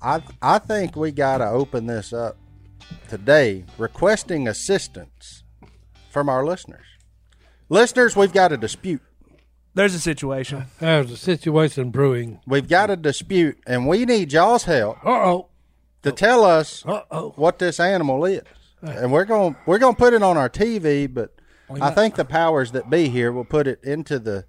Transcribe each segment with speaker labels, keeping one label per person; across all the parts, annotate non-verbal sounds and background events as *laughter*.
Speaker 1: I I think we gotta open this up today, requesting assistance from our listeners. Listeners, we've got a dispute.
Speaker 2: There's a situation.
Speaker 3: There's a situation brewing.
Speaker 1: We've got a dispute, and we need y'all's help
Speaker 3: Uh oh.
Speaker 1: to tell us
Speaker 3: Uh oh.
Speaker 1: what this animal is. And we're going we're going to put it on our TV, but I think the powers that be here will put it into the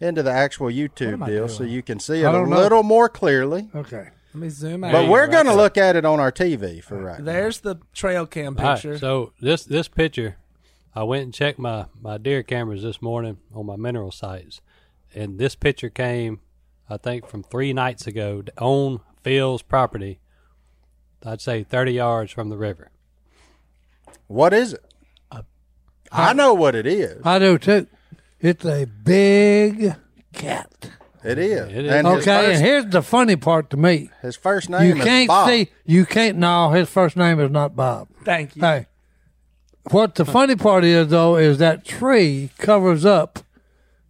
Speaker 1: into the actual YouTube deal so you can see it a
Speaker 3: don't know.
Speaker 1: little more clearly.
Speaker 3: Okay.
Speaker 2: Let me zoom out.
Speaker 1: But we're going to look at it on our TV for right now.
Speaker 2: There's the trail cam
Speaker 4: All right,
Speaker 2: picture.
Speaker 4: so this this picture, I went and checked my my deer cameras this morning on my mineral sites, and this picture came, I think, from three nights ago d- on Phil's property. I'd say thirty yards from the river.
Speaker 1: What is it? I know what it is.
Speaker 3: I do too. It's a big cat.
Speaker 1: It is.
Speaker 4: It is.
Speaker 1: And his
Speaker 3: Okay, and
Speaker 1: first,
Speaker 3: here's the funny part to me.
Speaker 1: his first
Speaker 3: You
Speaker 1: name is
Speaker 3: can't
Speaker 1: Bob.
Speaker 3: see. You can't. No, his first name is not Bob.
Speaker 2: Thank you.
Speaker 3: Hey, what the funny part is though is that tree covers up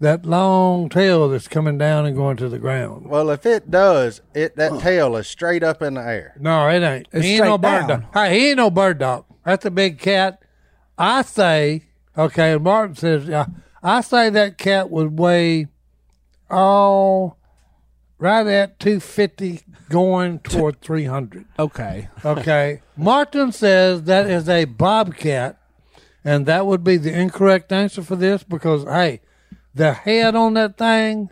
Speaker 3: that long tail that's coming down and going to the ground.
Speaker 1: Well, if it does, it that tail is straight up in the air.
Speaker 3: No, it ain't.
Speaker 2: It's
Speaker 3: he ain't no
Speaker 2: straight
Speaker 3: bird
Speaker 2: down.
Speaker 3: dog. Hey, he ain't no bird dog. That's a big cat. I say, okay. Martin says, uh, I say that cat would weigh all right at two fifty, going
Speaker 2: *laughs*
Speaker 3: toward three hundred.
Speaker 2: Okay.
Speaker 3: Okay. Martin says that is a bobcat, and that would be the incorrect answer for this because, hey, the head on that thing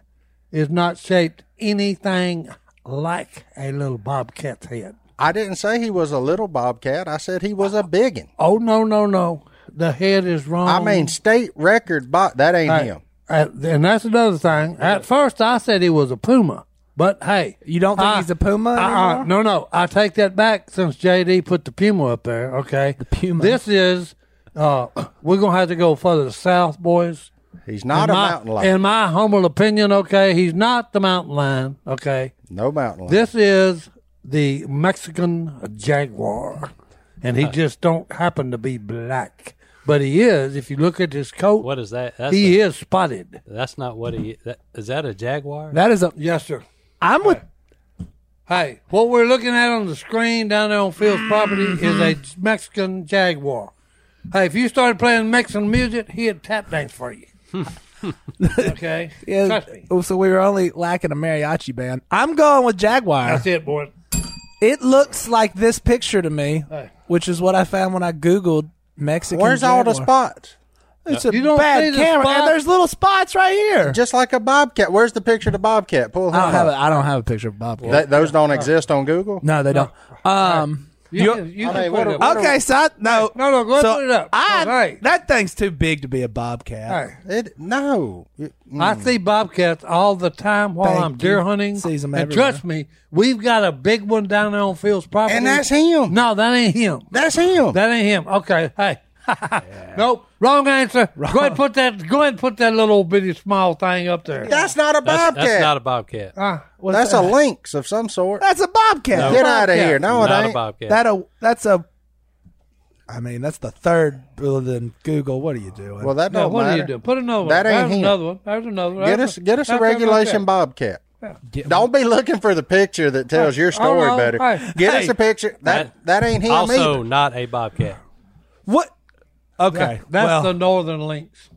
Speaker 3: is not shaped anything like a little bobcat's head.
Speaker 1: I didn't say he was a little bobcat. I said he was a biggin.
Speaker 3: Oh, no, no, no. The head is wrong.
Speaker 1: I mean, state record. Bo- that ain't
Speaker 3: Um, Hey,
Speaker 1: him.
Speaker 3: uh, and that's another thing. At first, I said he was a puma, but hey,
Speaker 2: You don't think
Speaker 3: I-
Speaker 2: he's a puma
Speaker 3: I- I-
Speaker 2: anymore?
Speaker 3: no, no, I take that back. Since JD put the puma up there, okay, the
Speaker 2: puma.
Speaker 3: This is uh, *clears throat* we're gonna have to go further south, boys.
Speaker 1: He's not
Speaker 3: In
Speaker 1: a
Speaker 3: my-
Speaker 1: mountain lion.
Speaker 3: In my humble opinion, okay, he's not the mountain lion. Okay,
Speaker 1: no mountain lion.
Speaker 3: this is the Mexican jaguar, and
Speaker 4: Uh,
Speaker 3: he just don't happen to be black, but he is. If you look at his coat,
Speaker 4: What is that? That's
Speaker 3: he
Speaker 4: a-
Speaker 3: is spotted.
Speaker 4: That's not what he. That, is that a jaguar?
Speaker 2: That is a.
Speaker 3: Yes, sir.
Speaker 2: I'm with.
Speaker 3: Hey, what we're looking at on the screen down there on Phil's property
Speaker 4: Mm-hmm.
Speaker 3: is a Mexican jaguar. Hey, if you started playing Mexican music, he'd tap dance for
Speaker 4: *laughs*
Speaker 3: you.
Speaker 1: *laughs*
Speaker 3: okay,
Speaker 2: Yeah,
Speaker 3: trust me.
Speaker 2: oh, so we were only lacking a mariachi band. I'm going with Jaguar.
Speaker 3: That's it, boy.
Speaker 2: It looks like this picture to me,
Speaker 3: Hey.
Speaker 2: which is what I found when I Googled Mexican.
Speaker 1: Where's all the
Speaker 2: jaguar.
Speaker 1: spots?
Speaker 2: It's a
Speaker 3: You don't see
Speaker 2: bad
Speaker 3: the
Speaker 2: camera.
Speaker 3: spot?
Speaker 2: And there's little spots right here.
Speaker 1: Just like a bobcat. Where's the picture of the bobcat? Pull him
Speaker 2: I don't have a,
Speaker 1: up.
Speaker 2: I don't have a picture of Bob.
Speaker 1: That- those don't exist on Google.
Speaker 2: no, they don't. Um,
Speaker 3: You,
Speaker 2: You're-
Speaker 3: can- you
Speaker 1: I
Speaker 3: can
Speaker 1: mean,
Speaker 3: put
Speaker 1: what
Speaker 3: it
Speaker 1: a-
Speaker 3: up.
Speaker 1: what
Speaker 2: okay, so I, no,
Speaker 3: No, no, go ahead
Speaker 2: so
Speaker 3: and put it up.
Speaker 2: I,
Speaker 3: No, hey.
Speaker 2: That thing's too big to be a bobcat.
Speaker 3: Hey,
Speaker 1: It no. It-
Speaker 3: I see bobcats all the time while
Speaker 2: Thank
Speaker 3: I'm deer
Speaker 2: you.
Speaker 3: hunting.
Speaker 2: Sees 'em
Speaker 3: and trust me, we've got a big one down there on Phil's property.
Speaker 1: and that's him.
Speaker 3: No, that ain't him.
Speaker 1: That's him.
Speaker 3: That ain't him. Okay. Hey. *laughs* Nope. Wrong answer. Go ahead and put that go ahead and put that little bitty small thing up there.
Speaker 1: that's not a
Speaker 4: That's,
Speaker 1: bobcat.
Speaker 4: that's not a bobcat.
Speaker 3: Uh,
Speaker 2: What's
Speaker 1: That's a
Speaker 2: that?
Speaker 1: lynx of some sort.
Speaker 2: That's a bobcat.
Speaker 1: Get out of here. No, it
Speaker 4: not
Speaker 1: ain't.
Speaker 4: a bobcat.
Speaker 2: That a that's a. I mean, that's the third other than Google. What are you doing?
Speaker 1: Well, that
Speaker 3: no,
Speaker 1: don't
Speaker 3: what
Speaker 1: matter.
Speaker 3: do you do? Put another
Speaker 1: That
Speaker 3: one.
Speaker 1: ain't
Speaker 3: There's
Speaker 1: him.
Speaker 3: another one. There's another one.
Speaker 1: Get
Speaker 3: There's
Speaker 1: us, get us a
Speaker 3: there's another
Speaker 1: regulation
Speaker 3: one.
Speaker 1: bobcat. Don't be looking for the picture that tells your story
Speaker 3: oh,
Speaker 1: better.
Speaker 3: hey,
Speaker 1: Get
Speaker 4: hey.
Speaker 1: us a picture. That that ain't him
Speaker 4: also,
Speaker 1: either.
Speaker 4: not a bobcat.
Speaker 2: what? Okay,
Speaker 3: That's
Speaker 2: well,
Speaker 3: the northern lynx.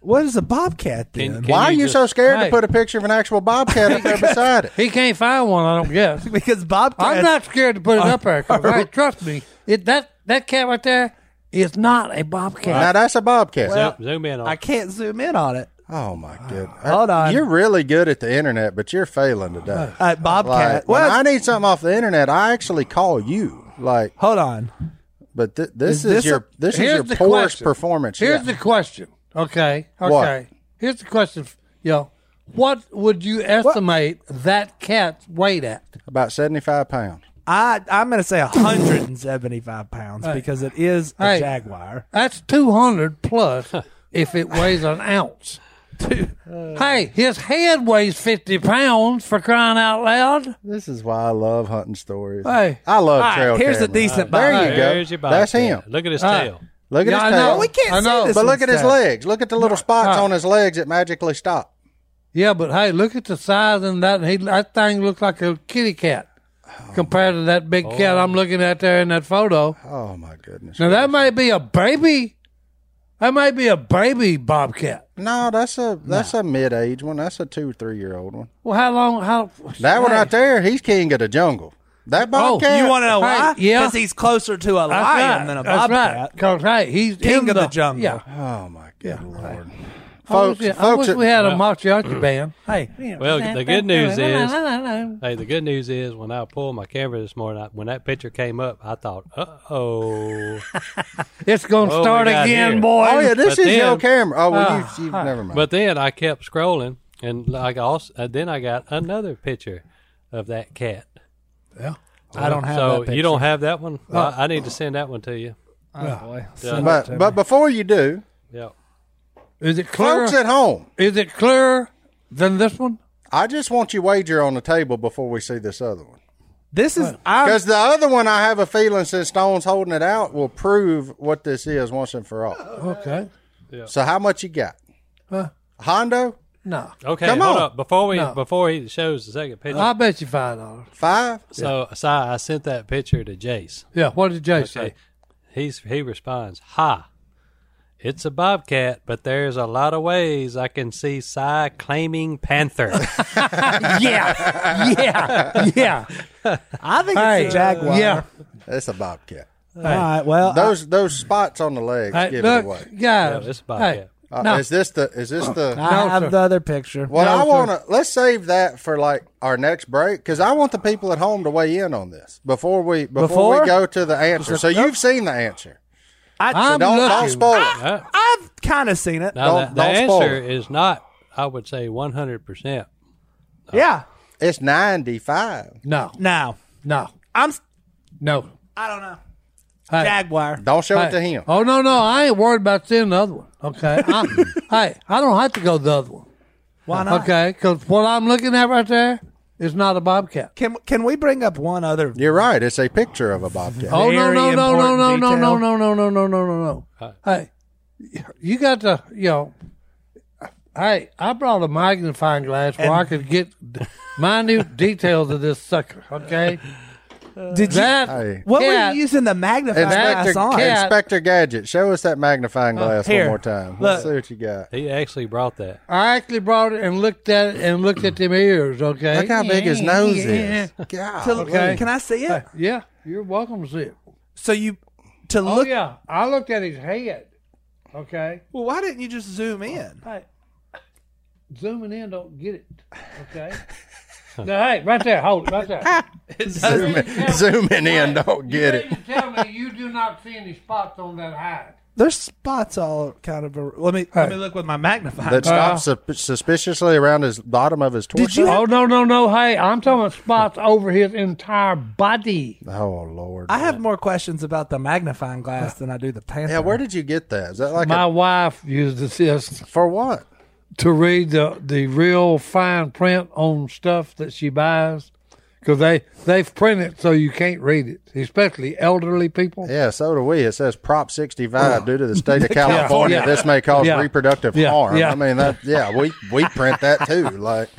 Speaker 2: what is a bobcat then?
Speaker 4: Can- can
Speaker 1: Why are you
Speaker 4: just-
Speaker 1: so scared to
Speaker 3: hey.
Speaker 1: put a picture of an actual bobcat up
Speaker 3: *laughs*
Speaker 1: there beside it?
Speaker 3: He can't find one, I don't guess.
Speaker 2: *laughs* because bobcat.
Speaker 3: I'm not scared to put it up there. 'cause, hey, trust me, it, that that cat right there is not a
Speaker 1: Now
Speaker 3: bobcat.
Speaker 1: that's a bobcat.
Speaker 4: Zoom, zoom in on.
Speaker 2: I can't zoom in on it.
Speaker 1: oh my
Speaker 3: uh,
Speaker 1: goodness!
Speaker 2: Hold on.
Speaker 1: You're really good at the internet, but you're failing today.
Speaker 2: Uh, bobcat.
Speaker 1: Like, when
Speaker 2: well,
Speaker 1: I need something off the internet, I actually call you. Like,
Speaker 2: hold on.
Speaker 1: but th- this is,
Speaker 2: Is this
Speaker 1: your
Speaker 2: a-
Speaker 1: this is
Speaker 3: Here's
Speaker 1: your
Speaker 3: the
Speaker 1: poorest
Speaker 3: question.
Speaker 1: performance.
Speaker 3: Here's
Speaker 1: yet.
Speaker 3: the question. Okay. Okay.
Speaker 1: What?
Speaker 3: Here's the question. Yo, what would you estimate that cat's weight at?
Speaker 1: about seventy five pounds.
Speaker 2: I I'm going to say 175 pounds because it is a
Speaker 3: Hey.
Speaker 2: jaguar.
Speaker 3: That's 200 plus if it weighs an ounce. *laughs* hey, his head weighs 50 pounds for crying out loud.
Speaker 1: This is why I love hunting stories.
Speaker 3: Hey.
Speaker 1: I love
Speaker 2: All right,
Speaker 1: trail
Speaker 2: here's a
Speaker 1: cameras.
Speaker 2: decent
Speaker 1: There
Speaker 2: bobcat.
Speaker 1: you go.
Speaker 4: There's your
Speaker 1: That's
Speaker 4: bobcat.
Speaker 1: him.
Speaker 4: Look at his
Speaker 3: Ah.
Speaker 4: tail.
Speaker 1: Look at
Speaker 3: Yeah, I
Speaker 1: his
Speaker 3: know.
Speaker 1: tail.
Speaker 2: Well, we can't
Speaker 3: I know.
Speaker 2: see this.
Speaker 1: but
Speaker 2: one's
Speaker 1: look at his
Speaker 2: tail.
Speaker 1: legs. Look at the little spots
Speaker 3: right.
Speaker 1: on his legs that magically stop.
Speaker 3: Yeah, but hey, look at the size and that. He that thing looks like a kitty cat compared to that big cat I'm looking at there in that photo.
Speaker 1: Oh my goodness.
Speaker 3: Now that might be a baby. That might be a baby bobcat.
Speaker 1: No, that's a that's a mid age one. That's a two three year old one.
Speaker 3: Well, how long? How
Speaker 1: That one
Speaker 3: Hey,
Speaker 1: right there, he's king of the jungle. That bobcat.
Speaker 2: You want to know why?
Speaker 3: Hey, yeah.
Speaker 2: Because he's closer to a
Speaker 3: That's
Speaker 2: lion
Speaker 3: right.
Speaker 2: than a
Speaker 3: That's
Speaker 2: bobcat.
Speaker 3: right. Because hey, he's
Speaker 2: King
Speaker 3: in
Speaker 2: of the jungle.
Speaker 3: Yeah,
Speaker 1: Oh my good lord.
Speaker 3: I wish,
Speaker 1: Folks,
Speaker 3: we- I
Speaker 1: folks,
Speaker 3: wish we had
Speaker 2: *clears throat*
Speaker 3: a mariachi band. Hey,
Speaker 4: Well, the good news is- Hey, the good news is when I pulled my camera this morning, I, when that picture came up, I thought, "Uh
Speaker 2: *laughs*
Speaker 4: oh."
Speaker 3: it's gonna
Speaker 4: Oh, we
Speaker 3: start
Speaker 4: got
Speaker 3: again,
Speaker 4: here.
Speaker 3: boy.
Speaker 1: oh yeah, this
Speaker 4: But
Speaker 1: is your
Speaker 4: then-
Speaker 1: camera. Oh, well, you, you never mind.
Speaker 4: But then I kept scrolling, and like I also, uh, then I got another picture of that cat. Uh,
Speaker 2: Yeah. I don't have
Speaker 4: so
Speaker 2: that picture.
Speaker 4: you don't have that one. Well, I need to send that one to you.
Speaker 2: Oh, boy.
Speaker 4: Yeah.
Speaker 1: but but before you do,
Speaker 4: Yeah.
Speaker 3: Is it clearer?
Speaker 1: folks at home,
Speaker 3: Is it clearer than this one?
Speaker 1: I just want you wager on the table before we see this other one.
Speaker 2: This is I,
Speaker 1: Because the other one, I have a feeling since Stone's holding it out, will prove what this is once and for all.
Speaker 3: Okay.
Speaker 1: So how much you got? Hondo
Speaker 3: No.
Speaker 4: Okay.
Speaker 1: Come
Speaker 4: hold
Speaker 1: on.
Speaker 4: up before we
Speaker 3: No.
Speaker 4: before he shows the second picture.
Speaker 3: I bet you five dollars.
Speaker 1: five.
Speaker 4: so Si, I sent that picture to Jace.
Speaker 3: Yeah. What did Jay say?
Speaker 4: Okay. He's he responds, "Ha." It's a bobcat, but there's a lot of ways I can see Si claiming panther.
Speaker 3: *laughs* yeah. Yeah. Yeah.
Speaker 2: I think
Speaker 3: Hey.
Speaker 2: it's a jaguar.
Speaker 3: Yeah.
Speaker 1: That's a bobcat.
Speaker 2: All right. Well, I-
Speaker 1: Those those spots on the legs
Speaker 3: Hey,
Speaker 1: give it
Speaker 3: look,
Speaker 1: away.
Speaker 3: guys.
Speaker 4: Yeah, it's about
Speaker 3: hey,
Speaker 4: it.
Speaker 1: Uh,
Speaker 3: no.
Speaker 1: Is this the? Is this the?
Speaker 2: I,
Speaker 3: No,
Speaker 2: have
Speaker 3: sir.
Speaker 2: the other picture.
Speaker 1: Well,
Speaker 3: No,
Speaker 1: I
Speaker 3: sir.
Speaker 1: want to. Let's save that for like our next break because I want the people at home to weigh in on this before we before,
Speaker 2: Before?
Speaker 1: we go to the answer. So you've seen the answer.
Speaker 2: I,
Speaker 3: I'm
Speaker 1: Don't don't
Speaker 3: looking.
Speaker 1: spoil it.
Speaker 4: Uh,
Speaker 2: I've kind of seen it.
Speaker 4: now
Speaker 1: Don't-
Speaker 4: the, the
Speaker 1: don't spoil
Speaker 4: answer
Speaker 1: it.
Speaker 4: is not, I would say, one hundred percent.
Speaker 2: Yeah.
Speaker 1: It's ninety five.
Speaker 3: no.
Speaker 2: Now
Speaker 3: No.
Speaker 2: I'm. s-
Speaker 3: No.
Speaker 2: I don't know.
Speaker 3: Hey,
Speaker 2: Jaguar.
Speaker 1: Don't show
Speaker 3: hey.
Speaker 1: it to him.
Speaker 3: Oh no, no. I ain't worried about seeing the other one. *laughs* Okay. I, hey, I don't have to go the other one.
Speaker 2: Why not?
Speaker 3: Okay, because what I'm looking at right there is not a bobcat.
Speaker 2: Can can we bring up one other?
Speaker 1: You're right. It's a picture of a bobcat.
Speaker 3: Oh no
Speaker 2: Very
Speaker 3: no no no no
Speaker 2: important
Speaker 3: no no
Speaker 2: detail.
Speaker 3: no no no no no no no. Hey, you got to you know. Hey, I brought a magnifying glass where I could get
Speaker 2: *laughs*
Speaker 3: minute details of this sucker. Okay,
Speaker 2: Did you?
Speaker 3: that
Speaker 1: Hey.
Speaker 2: what were
Speaker 3: cat-
Speaker 2: you using the magnifying
Speaker 1: Inspector,
Speaker 2: glass on?
Speaker 3: cat.
Speaker 1: Inspector Gadget, show us that magnifying
Speaker 3: Uh,
Speaker 1: glass
Speaker 2: here.
Speaker 1: one more time.
Speaker 2: Look.
Speaker 1: Let's see what you got.
Speaker 4: He actually brought that.
Speaker 3: I actually brought it and looked at it and looked at them ears. Okay,
Speaker 1: Look how big his nose
Speaker 3: Yeah.
Speaker 1: is. God.
Speaker 2: To-
Speaker 3: okay.
Speaker 2: Can I see it?
Speaker 3: Yeah, you're welcome to see it.
Speaker 2: So you to
Speaker 3: Oh
Speaker 2: look.
Speaker 3: yeah, I looked at his head. Okay.
Speaker 2: Well, why didn't you just zoom in?
Speaker 3: Hey, zooming in don't get it.
Speaker 1: *laughs*
Speaker 3: Okay. now, hey, right there, hold it, right there.
Speaker 1: Zooming, zooming in, don't get
Speaker 3: you
Speaker 1: it.
Speaker 3: mean to Tell me you do not see any spots on that hide.
Speaker 2: There's spots all kind of. ar- Let me let me look with my magnifying.
Speaker 1: That
Speaker 3: Uh-huh.
Speaker 1: stops su- suspiciously around his bottom of his torso.
Speaker 2: Did you?
Speaker 3: Oh no no no! Hey, I'm talking about spots over his entire body.
Speaker 1: Oh Lord.
Speaker 2: I have more questions about the magnifying glass than I do the panther.
Speaker 1: yeah, where did you get that? Is that like
Speaker 3: My
Speaker 1: a,
Speaker 3: wife uses this
Speaker 1: for what?
Speaker 3: to read the the real fine print on stuff that she buys, because they they've printed so you can't read it, especially elderly people.
Speaker 1: Yeah, so do we. It says Prop 65 due to the state of California.
Speaker 3: *laughs* Yeah.
Speaker 1: This may cause
Speaker 3: Yeah.
Speaker 1: reproductive
Speaker 3: Yeah.
Speaker 1: harm.
Speaker 3: Yeah. Oh.
Speaker 1: I mean, that. Yeah, we we print that too.
Speaker 3: *laughs*
Speaker 1: Like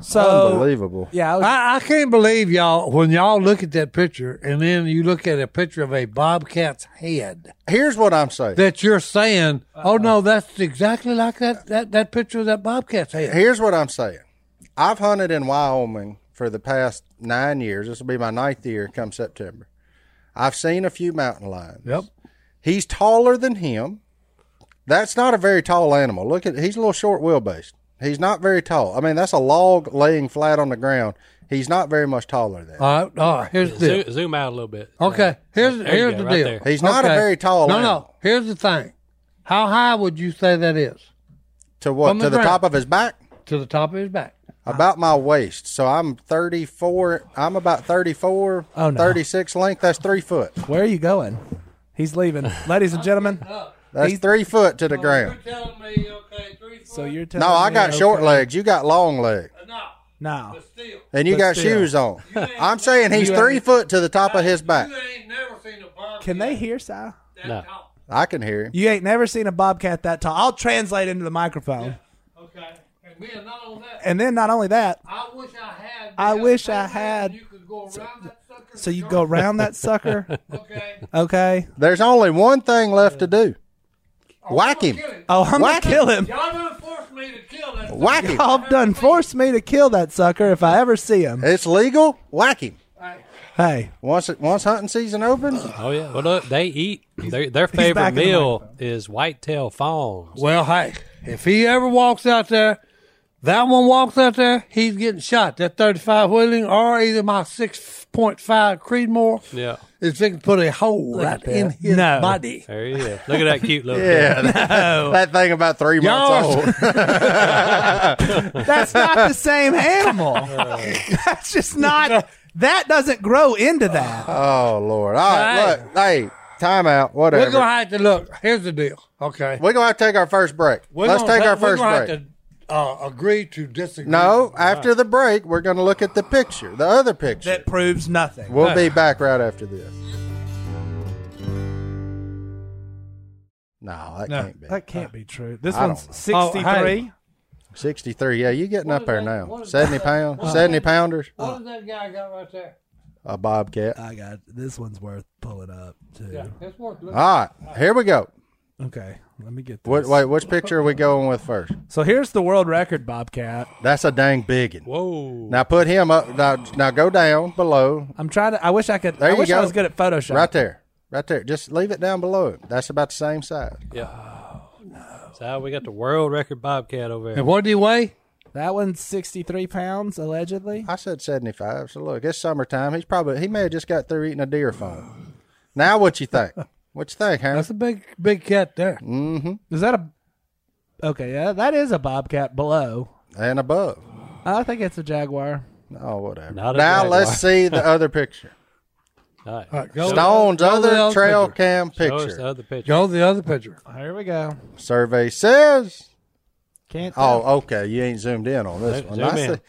Speaker 2: So
Speaker 1: unbelievable.
Speaker 2: yeah, I was,
Speaker 3: I, I can't believe y'all when y'all look at that picture and then you look at a picture of a bobcat's head
Speaker 1: Here's what I'm saying.
Speaker 3: that you're saying, oh
Speaker 2: Uh-uh.
Speaker 3: no, that's exactly like that that, that picture of that bobcat's head.
Speaker 1: Here's what I'm saying. I've hunted in Wyoming for the past nine years. This will be my ninth year come September. I've seen a few mountain lions.
Speaker 3: Yep.
Speaker 1: He's taller than him. That's not a very tall animal. Look at he's a little short wheelbase. He's not very tall. I mean, that's a log laying flat on the ground. He's not very much taller than. that.
Speaker 3: All right, all right, here's the
Speaker 4: Zo-
Speaker 3: deal.
Speaker 4: zoom out a little bit. Uh,
Speaker 3: Okay, here's
Speaker 4: There you
Speaker 3: here's
Speaker 4: go,
Speaker 3: the
Speaker 4: right
Speaker 3: deal.
Speaker 4: there.
Speaker 1: He's not a
Speaker 3: Okay.
Speaker 1: very tall
Speaker 3: No,
Speaker 1: animal.
Speaker 3: no. Here's the thing. How high would you say that is
Speaker 1: To what?
Speaker 3: From the
Speaker 1: to the
Speaker 3: ground.
Speaker 1: top of his back?
Speaker 3: to the top of his back?
Speaker 1: About my waist. So I'm 34. I'm about 34,
Speaker 2: Oh, no.
Speaker 1: 36 length. That's three foot.
Speaker 2: where are you going? He's leaving, ladies and gentlemen.
Speaker 1: That's
Speaker 2: He's-
Speaker 1: three foot to the ground.
Speaker 3: telling me, okay, three foot.
Speaker 2: So you're telling
Speaker 1: No, I
Speaker 2: me-
Speaker 1: got short legs. You got long legs.
Speaker 3: no,
Speaker 2: No,
Speaker 3: still.
Speaker 1: And you
Speaker 2: But
Speaker 1: got
Speaker 2: still.
Speaker 1: shoes on. I'm saying he's
Speaker 2: You
Speaker 1: three
Speaker 2: ain't-
Speaker 1: foot to the top of his back.
Speaker 3: ain't never seen a bobcat
Speaker 2: can they hear, Si?
Speaker 4: No.
Speaker 3: tall.
Speaker 1: I can hear him.
Speaker 2: You ain't never seen a bobcat that tall. I'll translate into the microphone.
Speaker 3: Okay. And man, not on that.
Speaker 2: And then not only that,
Speaker 3: I wish I had.
Speaker 2: I
Speaker 3: that
Speaker 2: wish I
Speaker 3: thing
Speaker 2: had-
Speaker 3: You could go around that sucker.
Speaker 2: so you go around that sucker.
Speaker 3: Okay.
Speaker 2: Okay.
Speaker 1: There's only one thing left to do. Whack him.
Speaker 3: Kill him.
Speaker 2: Oh, I'm
Speaker 1: Whack
Speaker 2: gonna kill him.
Speaker 3: Y'all done forced me to kill that.
Speaker 1: Whack him.
Speaker 2: Y'all done forced me to kill that sucker if I ever see him.
Speaker 1: It's legal. Whack him.
Speaker 3: Hey,
Speaker 2: Hey,
Speaker 1: Once it, once hunting season
Speaker 3: *laughs*
Speaker 1: opens,
Speaker 4: Oh yeah. Well, look, they eat their their favorite
Speaker 2: back in the
Speaker 4: meal is whitetail fawns.
Speaker 3: *laughs* Well, hey, if he ever walks out there, that one walks out there, he's getting shot. That 35 Wheeling or either my 6.5 Creedmoor
Speaker 4: Yeah.
Speaker 3: is fixing to put a hole right in his
Speaker 2: No.
Speaker 3: body.
Speaker 4: There he is. Look at that cute little.
Speaker 1: yeah, that, *laughs* that thing about three months
Speaker 3: Y'all-
Speaker 1: old. *laughs*
Speaker 2: that's not the *laughs* same animal. that's just not. That doesn't grow into that.
Speaker 1: Oh Lord! All right,
Speaker 3: Hey.
Speaker 1: look, hey, time out. Whatever.
Speaker 3: We're going to have to look. Here's the deal. Okay.
Speaker 1: have to take our first break.
Speaker 3: We're
Speaker 1: Let's
Speaker 3: gonna
Speaker 1: take
Speaker 3: ha-
Speaker 1: our
Speaker 3: we're
Speaker 1: first
Speaker 3: gonna
Speaker 1: break.
Speaker 3: Have to, uh, agree to disagree.
Speaker 1: No, after the break, we're going to look at the picture, the other picture.
Speaker 2: That proves nothing.
Speaker 1: we'll be back right after this. No, that can't be.
Speaker 2: That can't be true. This
Speaker 1: I
Speaker 2: one's
Speaker 1: don't know.
Speaker 2: sixty-three.
Speaker 3: Oh, hey.
Speaker 1: 63. Yeah, you getting up
Speaker 3: is
Speaker 1: there
Speaker 3: that-
Speaker 1: now.
Speaker 3: what is
Speaker 1: 70
Speaker 3: that?
Speaker 1: pounds,
Speaker 3: Uh,
Speaker 1: 70 pounders,
Speaker 3: What does that guy got right there?
Speaker 1: a bobcat.
Speaker 2: I got this one's worth pulling up too.
Speaker 3: Yeah, it's worth looking.
Speaker 1: All right, here we go.
Speaker 2: Okay, let me get this.
Speaker 1: What, wait, which picture are we going with first?
Speaker 2: So here's the world record bobcat.
Speaker 1: That's a dang big one.
Speaker 4: Whoa.
Speaker 1: Now put him up. Now, now go down below,
Speaker 2: I'm trying to. I wish I could.
Speaker 1: There
Speaker 2: I
Speaker 1: you
Speaker 2: wish I
Speaker 1: go.
Speaker 2: was good at Photoshop.
Speaker 1: right there. Right there. Just leave it down below him. That's about the same size.
Speaker 4: So we got the world record bobcat over
Speaker 3: And
Speaker 4: here.
Speaker 3: what did he weigh?
Speaker 2: That one's 63 pounds allegedly.
Speaker 1: I said 75. So look, it's summertime. He's probably he may have just got through eating a deer phone. Now what you think? What you think, huh?
Speaker 3: That's a big, big cat there.
Speaker 1: Mm.
Speaker 2: Is that a? Okay, yeah, that is a bobcat below.
Speaker 1: And above.
Speaker 2: I think it's a jaguar.
Speaker 1: Oh, whatever.
Speaker 4: Not a
Speaker 1: now
Speaker 4: jaguar.
Speaker 1: let's see the other picture.
Speaker 4: All right.
Speaker 3: All right, go
Speaker 1: Stone's
Speaker 3: go to the
Speaker 1: other trail
Speaker 3: picture.
Speaker 1: cam
Speaker 4: Show us the
Speaker 1: picture.
Speaker 4: other picture.
Speaker 3: Go to the other picture.
Speaker 2: Here we go.
Speaker 1: Survey says.
Speaker 2: Can't. Tell.
Speaker 1: Oh, okay. You ain't zoomed in on this one.
Speaker 4: Zoom
Speaker 1: I
Speaker 4: in.
Speaker 1: see.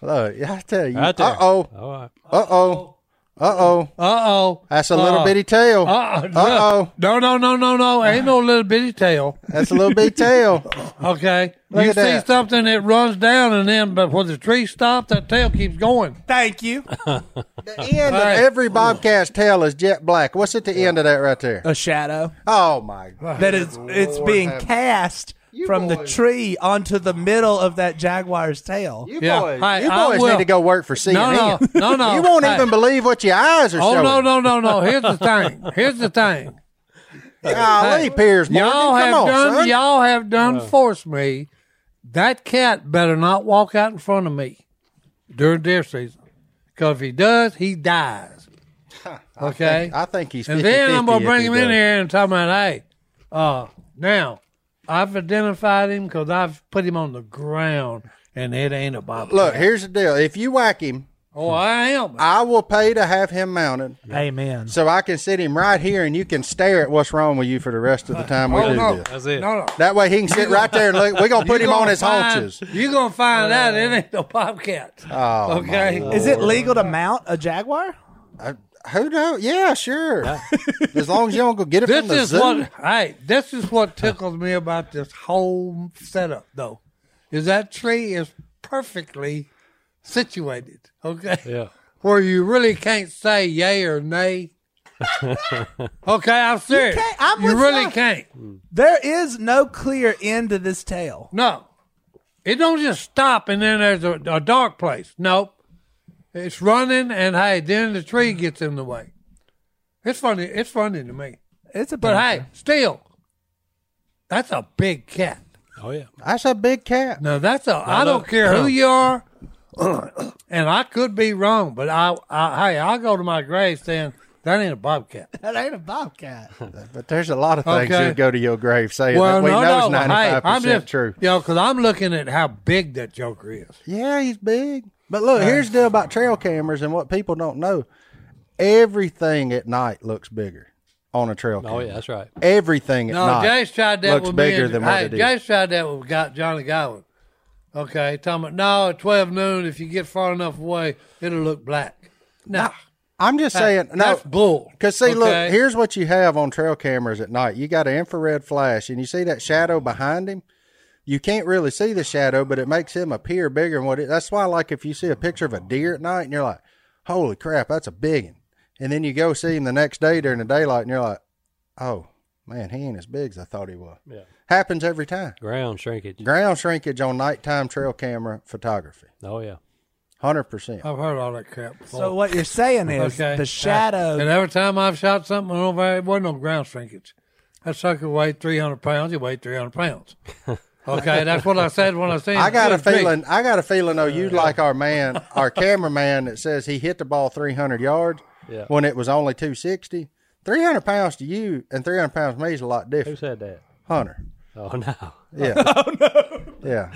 Speaker 1: Look, yeah, I tell you.
Speaker 4: Right there.
Speaker 1: Uh oh.
Speaker 4: All right.
Speaker 1: Uh oh. Uh oh.
Speaker 3: Uh oh.
Speaker 1: That's a little
Speaker 3: Uh,
Speaker 1: bitty tail.
Speaker 3: Uh
Speaker 1: Uh-oh.
Speaker 3: oh. No, no, no, no, no. Ain't no little bitty tail.
Speaker 1: That's a little bitty tail.
Speaker 3: Okay.
Speaker 1: Look
Speaker 3: you
Speaker 1: at
Speaker 3: see
Speaker 1: that.
Speaker 3: something that runs down, and then, but when the tree stops, that tail keeps going.
Speaker 2: Thank you.
Speaker 1: The end of
Speaker 3: Hey.
Speaker 1: every bobcat's tail is jet black. What's at the end of that right there?
Speaker 2: A shadow
Speaker 1: Oh my god.
Speaker 2: that is it's
Speaker 1: Lord
Speaker 2: being
Speaker 1: have-
Speaker 2: cast from the
Speaker 1: boys-
Speaker 2: tree onto the middle of that jaguar's tail.
Speaker 1: You
Speaker 3: Yeah.
Speaker 1: boys,
Speaker 3: Hey,
Speaker 1: you
Speaker 3: I
Speaker 1: boys
Speaker 3: will.
Speaker 1: need to go work for CNN.
Speaker 3: no, *laughs* no, no.
Speaker 1: You won't
Speaker 3: Hey.
Speaker 1: even believe what your eyes are
Speaker 3: Oh
Speaker 1: showing.
Speaker 3: no, no, no, no. Here's the thing. Here's the thing.
Speaker 1: Golly,
Speaker 3: Hey.
Speaker 1: Piers *laughs* Morgan,
Speaker 3: Y'all
Speaker 1: come
Speaker 3: have
Speaker 1: on,
Speaker 3: done.
Speaker 1: son.
Speaker 3: Y'all have done forced me. That cat better not walk out in front of me during deer season, because if he does, he dies. Okay.
Speaker 1: *laughs* I think he's. 50,
Speaker 3: and then I'm gonna bring him in
Speaker 1: here.
Speaker 3: here and talk about, hey, uh, now I've identified him because I've put him on the ground, and it ain't a bobcat.
Speaker 1: Look, here's the deal. If you whack him,
Speaker 3: oh, I am.
Speaker 1: I will pay to have him mounted,
Speaker 2: Amen.
Speaker 1: so I can sit him right here, and you can stare at what's wrong with you for the rest of the time we
Speaker 3: oh
Speaker 1: do
Speaker 3: no,
Speaker 1: this.
Speaker 4: That's it.
Speaker 3: no, no.
Speaker 1: That way he can sit right there and look. We're gonna put him on his haunches. Uh,
Speaker 3: You're gonna find out it ain't no bobcat.
Speaker 1: Oh,
Speaker 3: okay.
Speaker 2: Is it legal to mount a jaguar?
Speaker 1: I, who knows? Yeah, sure. *laughs* as long as you don't go get it from
Speaker 3: This
Speaker 1: the
Speaker 3: is
Speaker 1: zoo.
Speaker 3: what hey, this is what tickles me about this whole setup though. Is that tree is perfectly situated. Okay.
Speaker 4: Yeah.
Speaker 3: Where you really can't say yay or nay. okay, I'm serious. You,
Speaker 2: can't- I'm with
Speaker 3: really
Speaker 2: you.
Speaker 3: can't.
Speaker 2: There is no clear end to this tail.
Speaker 3: No. It don't just stop and then there's a, a dark place. Nope. It's running and hey, then the tree gets in the way. It's funny. It's funny to me.
Speaker 2: It's a
Speaker 3: But
Speaker 2: bunker.
Speaker 3: hey, still, that's a big cat.
Speaker 4: Oh yeah.
Speaker 1: That's a big cat.
Speaker 3: Now that's a. I don't
Speaker 4: look.
Speaker 3: care who you are, *clears throat* and I could be wrong, but I, I hey, I'll go to my grave saying that ain't a bobcat.
Speaker 2: that ain't a
Speaker 3: *laughs*
Speaker 2: bobcat.
Speaker 1: But there's a lot of things
Speaker 3: Okay.
Speaker 1: you'll go to your grave saying
Speaker 3: Well,
Speaker 1: that we
Speaker 3: no,
Speaker 1: know it's
Speaker 3: no, hey,
Speaker 1: 95
Speaker 3: I'm
Speaker 1: percent
Speaker 3: just
Speaker 1: true.
Speaker 3: you know, 'cause I'm looking at how big that Joker is.
Speaker 1: Yeah, he's big. But look, here's the deal about trail cameras and what people don't know. Everything at night looks bigger on a trail camera.
Speaker 4: Oh yeah. That's right.
Speaker 1: Everything at
Speaker 3: No,
Speaker 1: night.
Speaker 3: Jay's tried that
Speaker 1: looks
Speaker 3: with
Speaker 1: bigger
Speaker 3: me. And,
Speaker 1: than what
Speaker 3: hey,
Speaker 1: it is.
Speaker 3: Jay's tried that with Go- Johnny Godwin. Okay, talking about no at twelve noon. If you get far enough away, it'll look black. Nah,
Speaker 1: I'm just saying, no,
Speaker 3: That's bull.
Speaker 1: because see,
Speaker 4: Okay.
Speaker 1: look, here's what you have on trail cameras at night. You got an infrared flash, and you see that shadow behind him. You can't really see the shadow, but it makes him appear bigger than what it. That's why, like, if you see a picture of a deer at night, and you're like, "Holy crap, that's a big one," and then you go see him the next day during the daylight, and you're like, "Oh man, he ain't as big as I thought he was."
Speaker 4: Yeah.
Speaker 1: Happens every time.
Speaker 4: Ground shrinkage.
Speaker 1: Ground shrinkage on nighttime trail camera photography,
Speaker 4: Oh yeah.
Speaker 1: hundred percent.
Speaker 3: I've heard all that crap. Before.
Speaker 2: So what you're saying is
Speaker 3: Okay.
Speaker 2: the shadow.
Speaker 3: And every time I've shot something over there, it wasn't no ground shrinkage. That sucker weighed 300 pounds. He weighed 300
Speaker 1: *laughs*
Speaker 3: pounds. Okay, that's what I said when I seen
Speaker 1: I
Speaker 3: it.
Speaker 1: got a
Speaker 3: It was big.
Speaker 1: feeling. I got a feeling though.
Speaker 3: Uh,
Speaker 1: You like our man, our cameraman that says he hit the ball 300 yards
Speaker 4: Yeah.
Speaker 1: when it was only 260. 300 pounds to you and 300 pounds to me is a lot
Speaker 4: Who
Speaker 1: different.
Speaker 4: said that?
Speaker 1: Hunter.
Speaker 4: Oh *laughs* no.
Speaker 1: Yeah. Yeah.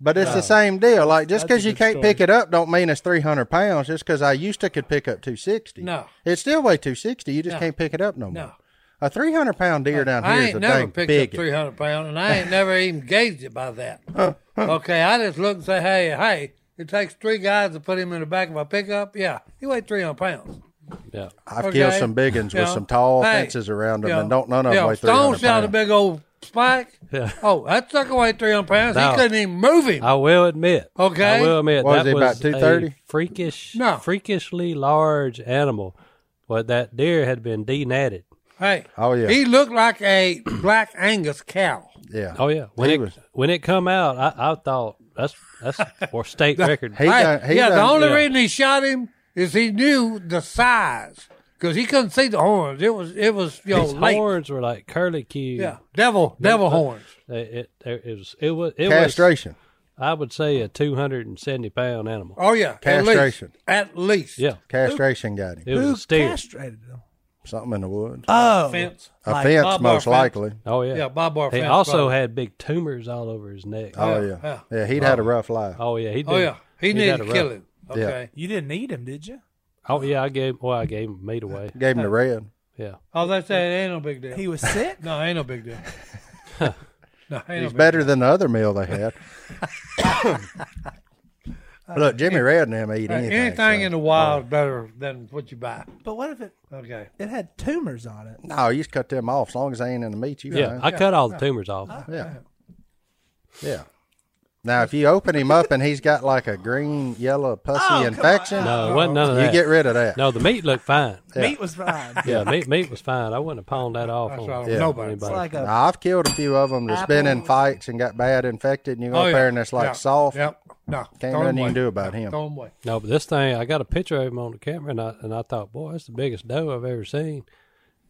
Speaker 1: But it's the same deal. Like just because you can't pick it up, don't mean it's 300 pounds. Just because I used to could pick up 260.
Speaker 3: No.
Speaker 1: It still weigh 260. You just can't pick it up no more.
Speaker 3: No.
Speaker 1: A 300 pound deer down here
Speaker 3: I
Speaker 1: is
Speaker 3: ain't
Speaker 1: a
Speaker 3: never
Speaker 1: dang
Speaker 3: picked
Speaker 1: big.
Speaker 3: up 300 pounds, and I ain't never even gauged it
Speaker 1: *laughs*
Speaker 3: by that. okay, I just look and say, hey, hey, it takes three guys to put him in the back of my pickup. Yeah, he weighed 300 pounds.
Speaker 4: Yeah.
Speaker 1: I've
Speaker 3: Okay.
Speaker 1: killed some big ones
Speaker 3: Yeah.
Speaker 1: with some tall
Speaker 3: Hey,
Speaker 1: fences around them,
Speaker 3: yeah.
Speaker 1: and don't none of them
Speaker 3: yeah.
Speaker 1: weigh 300
Speaker 3: Stone
Speaker 1: pounds.
Speaker 3: shot a big old spike.
Speaker 4: *laughs* Yeah.
Speaker 3: Oh, that sucker weighed 300 pounds.
Speaker 4: No.
Speaker 3: He couldn't even move him.
Speaker 4: I will admit.
Speaker 3: Okay.
Speaker 4: I will admit
Speaker 1: What was
Speaker 4: that
Speaker 1: it, about
Speaker 4: was
Speaker 1: 230?
Speaker 4: a freakish,
Speaker 3: No.
Speaker 4: freakishly large animal. But that deer had been denatted.
Speaker 3: Hey.
Speaker 1: Oh, yeah.
Speaker 3: He looked like a *clears throat* black Angus cow.
Speaker 1: Yeah.
Speaker 4: Oh yeah. When
Speaker 1: He
Speaker 4: it
Speaker 1: was-
Speaker 4: when it come out, I, I thought that's that's
Speaker 3: *laughs*
Speaker 4: for state record.
Speaker 1: He
Speaker 3: Hey,
Speaker 1: done- he
Speaker 3: yeah, the
Speaker 1: done-
Speaker 3: only
Speaker 4: yeah.
Speaker 3: reason he shot him is he knew the size because he couldn't see the horns. It was it was you know
Speaker 4: His
Speaker 3: late.
Speaker 4: horns were like curly cue.
Speaker 3: Yeah, devil devil
Speaker 4: but-
Speaker 3: horns.
Speaker 4: They- It, it, it was it was it was
Speaker 1: castration.
Speaker 4: I would say a two hundred and seventy pound animal.
Speaker 3: Oh yeah,
Speaker 1: Castration.
Speaker 3: At least, at least.
Speaker 4: Yeah,
Speaker 1: Castration got him.
Speaker 4: it was
Speaker 2: Who
Speaker 4: a steer.
Speaker 2: castrated him?
Speaker 1: Something in the woods.
Speaker 2: Oh,
Speaker 3: fence.
Speaker 1: a
Speaker 2: like
Speaker 1: fence,
Speaker 3: barbed wire
Speaker 1: most
Speaker 3: fence.
Speaker 1: likely.
Speaker 4: oh yeah,
Speaker 3: Yeah, barbed wire
Speaker 4: He
Speaker 3: fence,
Speaker 4: also
Speaker 3: probably.
Speaker 4: had big tumors all over his neck. Oh,
Speaker 1: Oh yeah,
Speaker 3: yeah.
Speaker 1: yeah. he'd had a rough life.
Speaker 4: yeah, he did.
Speaker 3: Oh yeah, he,
Speaker 4: had
Speaker 3: needed
Speaker 4: a
Speaker 3: to
Speaker 4: rough-
Speaker 3: kill him.
Speaker 1: Yeah.
Speaker 3: Okay.
Speaker 2: You didn't need him, did you?
Speaker 4: Oh yeah, I gave well, I gave him meat away.
Speaker 1: Gave him the red.
Speaker 4: Yeah,
Speaker 3: Oh, they say it ain't no big deal.
Speaker 2: He was sick.
Speaker 3: *laughs* no, ain't no big
Speaker 4: *laughs*
Speaker 3: deal. no,
Speaker 1: He's
Speaker 3: ain't no big
Speaker 1: better than the other meal they had. Look, Jimmy Red and them eat
Speaker 3: deal.
Speaker 1: anything.
Speaker 3: Anything, in the wild is better than what you buy.
Speaker 2: but what if it
Speaker 3: Okay.
Speaker 2: it had tumors on it?
Speaker 1: so. No, you just cut them off as long as they ain't in the meat. You
Speaker 4: yeah.
Speaker 1: fine.
Speaker 4: I cut all the tumors off.
Speaker 3: Oh.
Speaker 1: yeah, yeah. Now, if you open him up and he's got like a green, yellow, pussy infection,
Speaker 4: No, it wasn't none of
Speaker 1: you
Speaker 4: that.
Speaker 1: get rid of that.
Speaker 4: no, the meat looked fine.
Speaker 2: Meat was
Speaker 3: *laughs*
Speaker 2: fine.
Speaker 4: Yeah, meat meat was fine. I wouldn't have pawned that off
Speaker 3: That's
Speaker 4: on
Speaker 3: right.
Speaker 1: Yeah.
Speaker 3: Nobody.
Speaker 4: anybody.
Speaker 2: It's like a
Speaker 1: Now, I've killed a few of them that's been in fights and got bad infected, and you go up there and it's like
Speaker 3: Oh, Yeah.
Speaker 1: soft.
Speaker 3: Yep. No.
Speaker 1: Can't
Speaker 3: throw him
Speaker 1: nothing you
Speaker 3: away.
Speaker 1: can do about him.
Speaker 3: Throw him away.
Speaker 4: No, but this thing, I got a picture of him on the camera, and I, and I thought, boy, that's the biggest doe I've ever seen.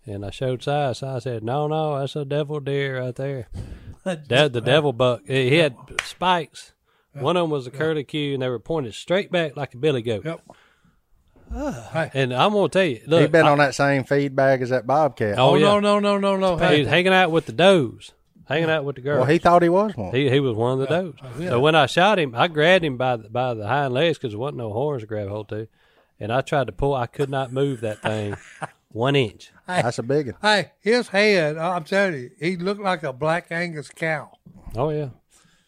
Speaker 4: And I showed size. Si said, no, no, that's a devil deer right there. De- the devil buck. He he had spikes. One of them was a curly cue, and they were pointed straight back like a billy goat.
Speaker 3: Yep.
Speaker 4: And I'm gonna tell you,
Speaker 1: He's
Speaker 4: look,
Speaker 1: been
Speaker 4: I-
Speaker 1: on that same feed bag as that bobcat.
Speaker 4: Oh,
Speaker 3: Oh,
Speaker 4: yeah.
Speaker 3: no, no, no, no, no. Hey,
Speaker 4: he's hanging out with the does, hanging out with the girls.
Speaker 1: Well, he thought he was one.
Speaker 4: He he was one of the does.
Speaker 3: Oh,
Speaker 4: So when I shot him, I grabbed him by the, by the hind legs because there wasn't no horns to grab hold to, and I tried to pull. I could not move that
Speaker 3: *laughs*
Speaker 4: thing one inch.
Speaker 1: That's a big one.
Speaker 3: hey, his head, I'm telling you, he looked like a black Angus cow.
Speaker 4: Oh yeah,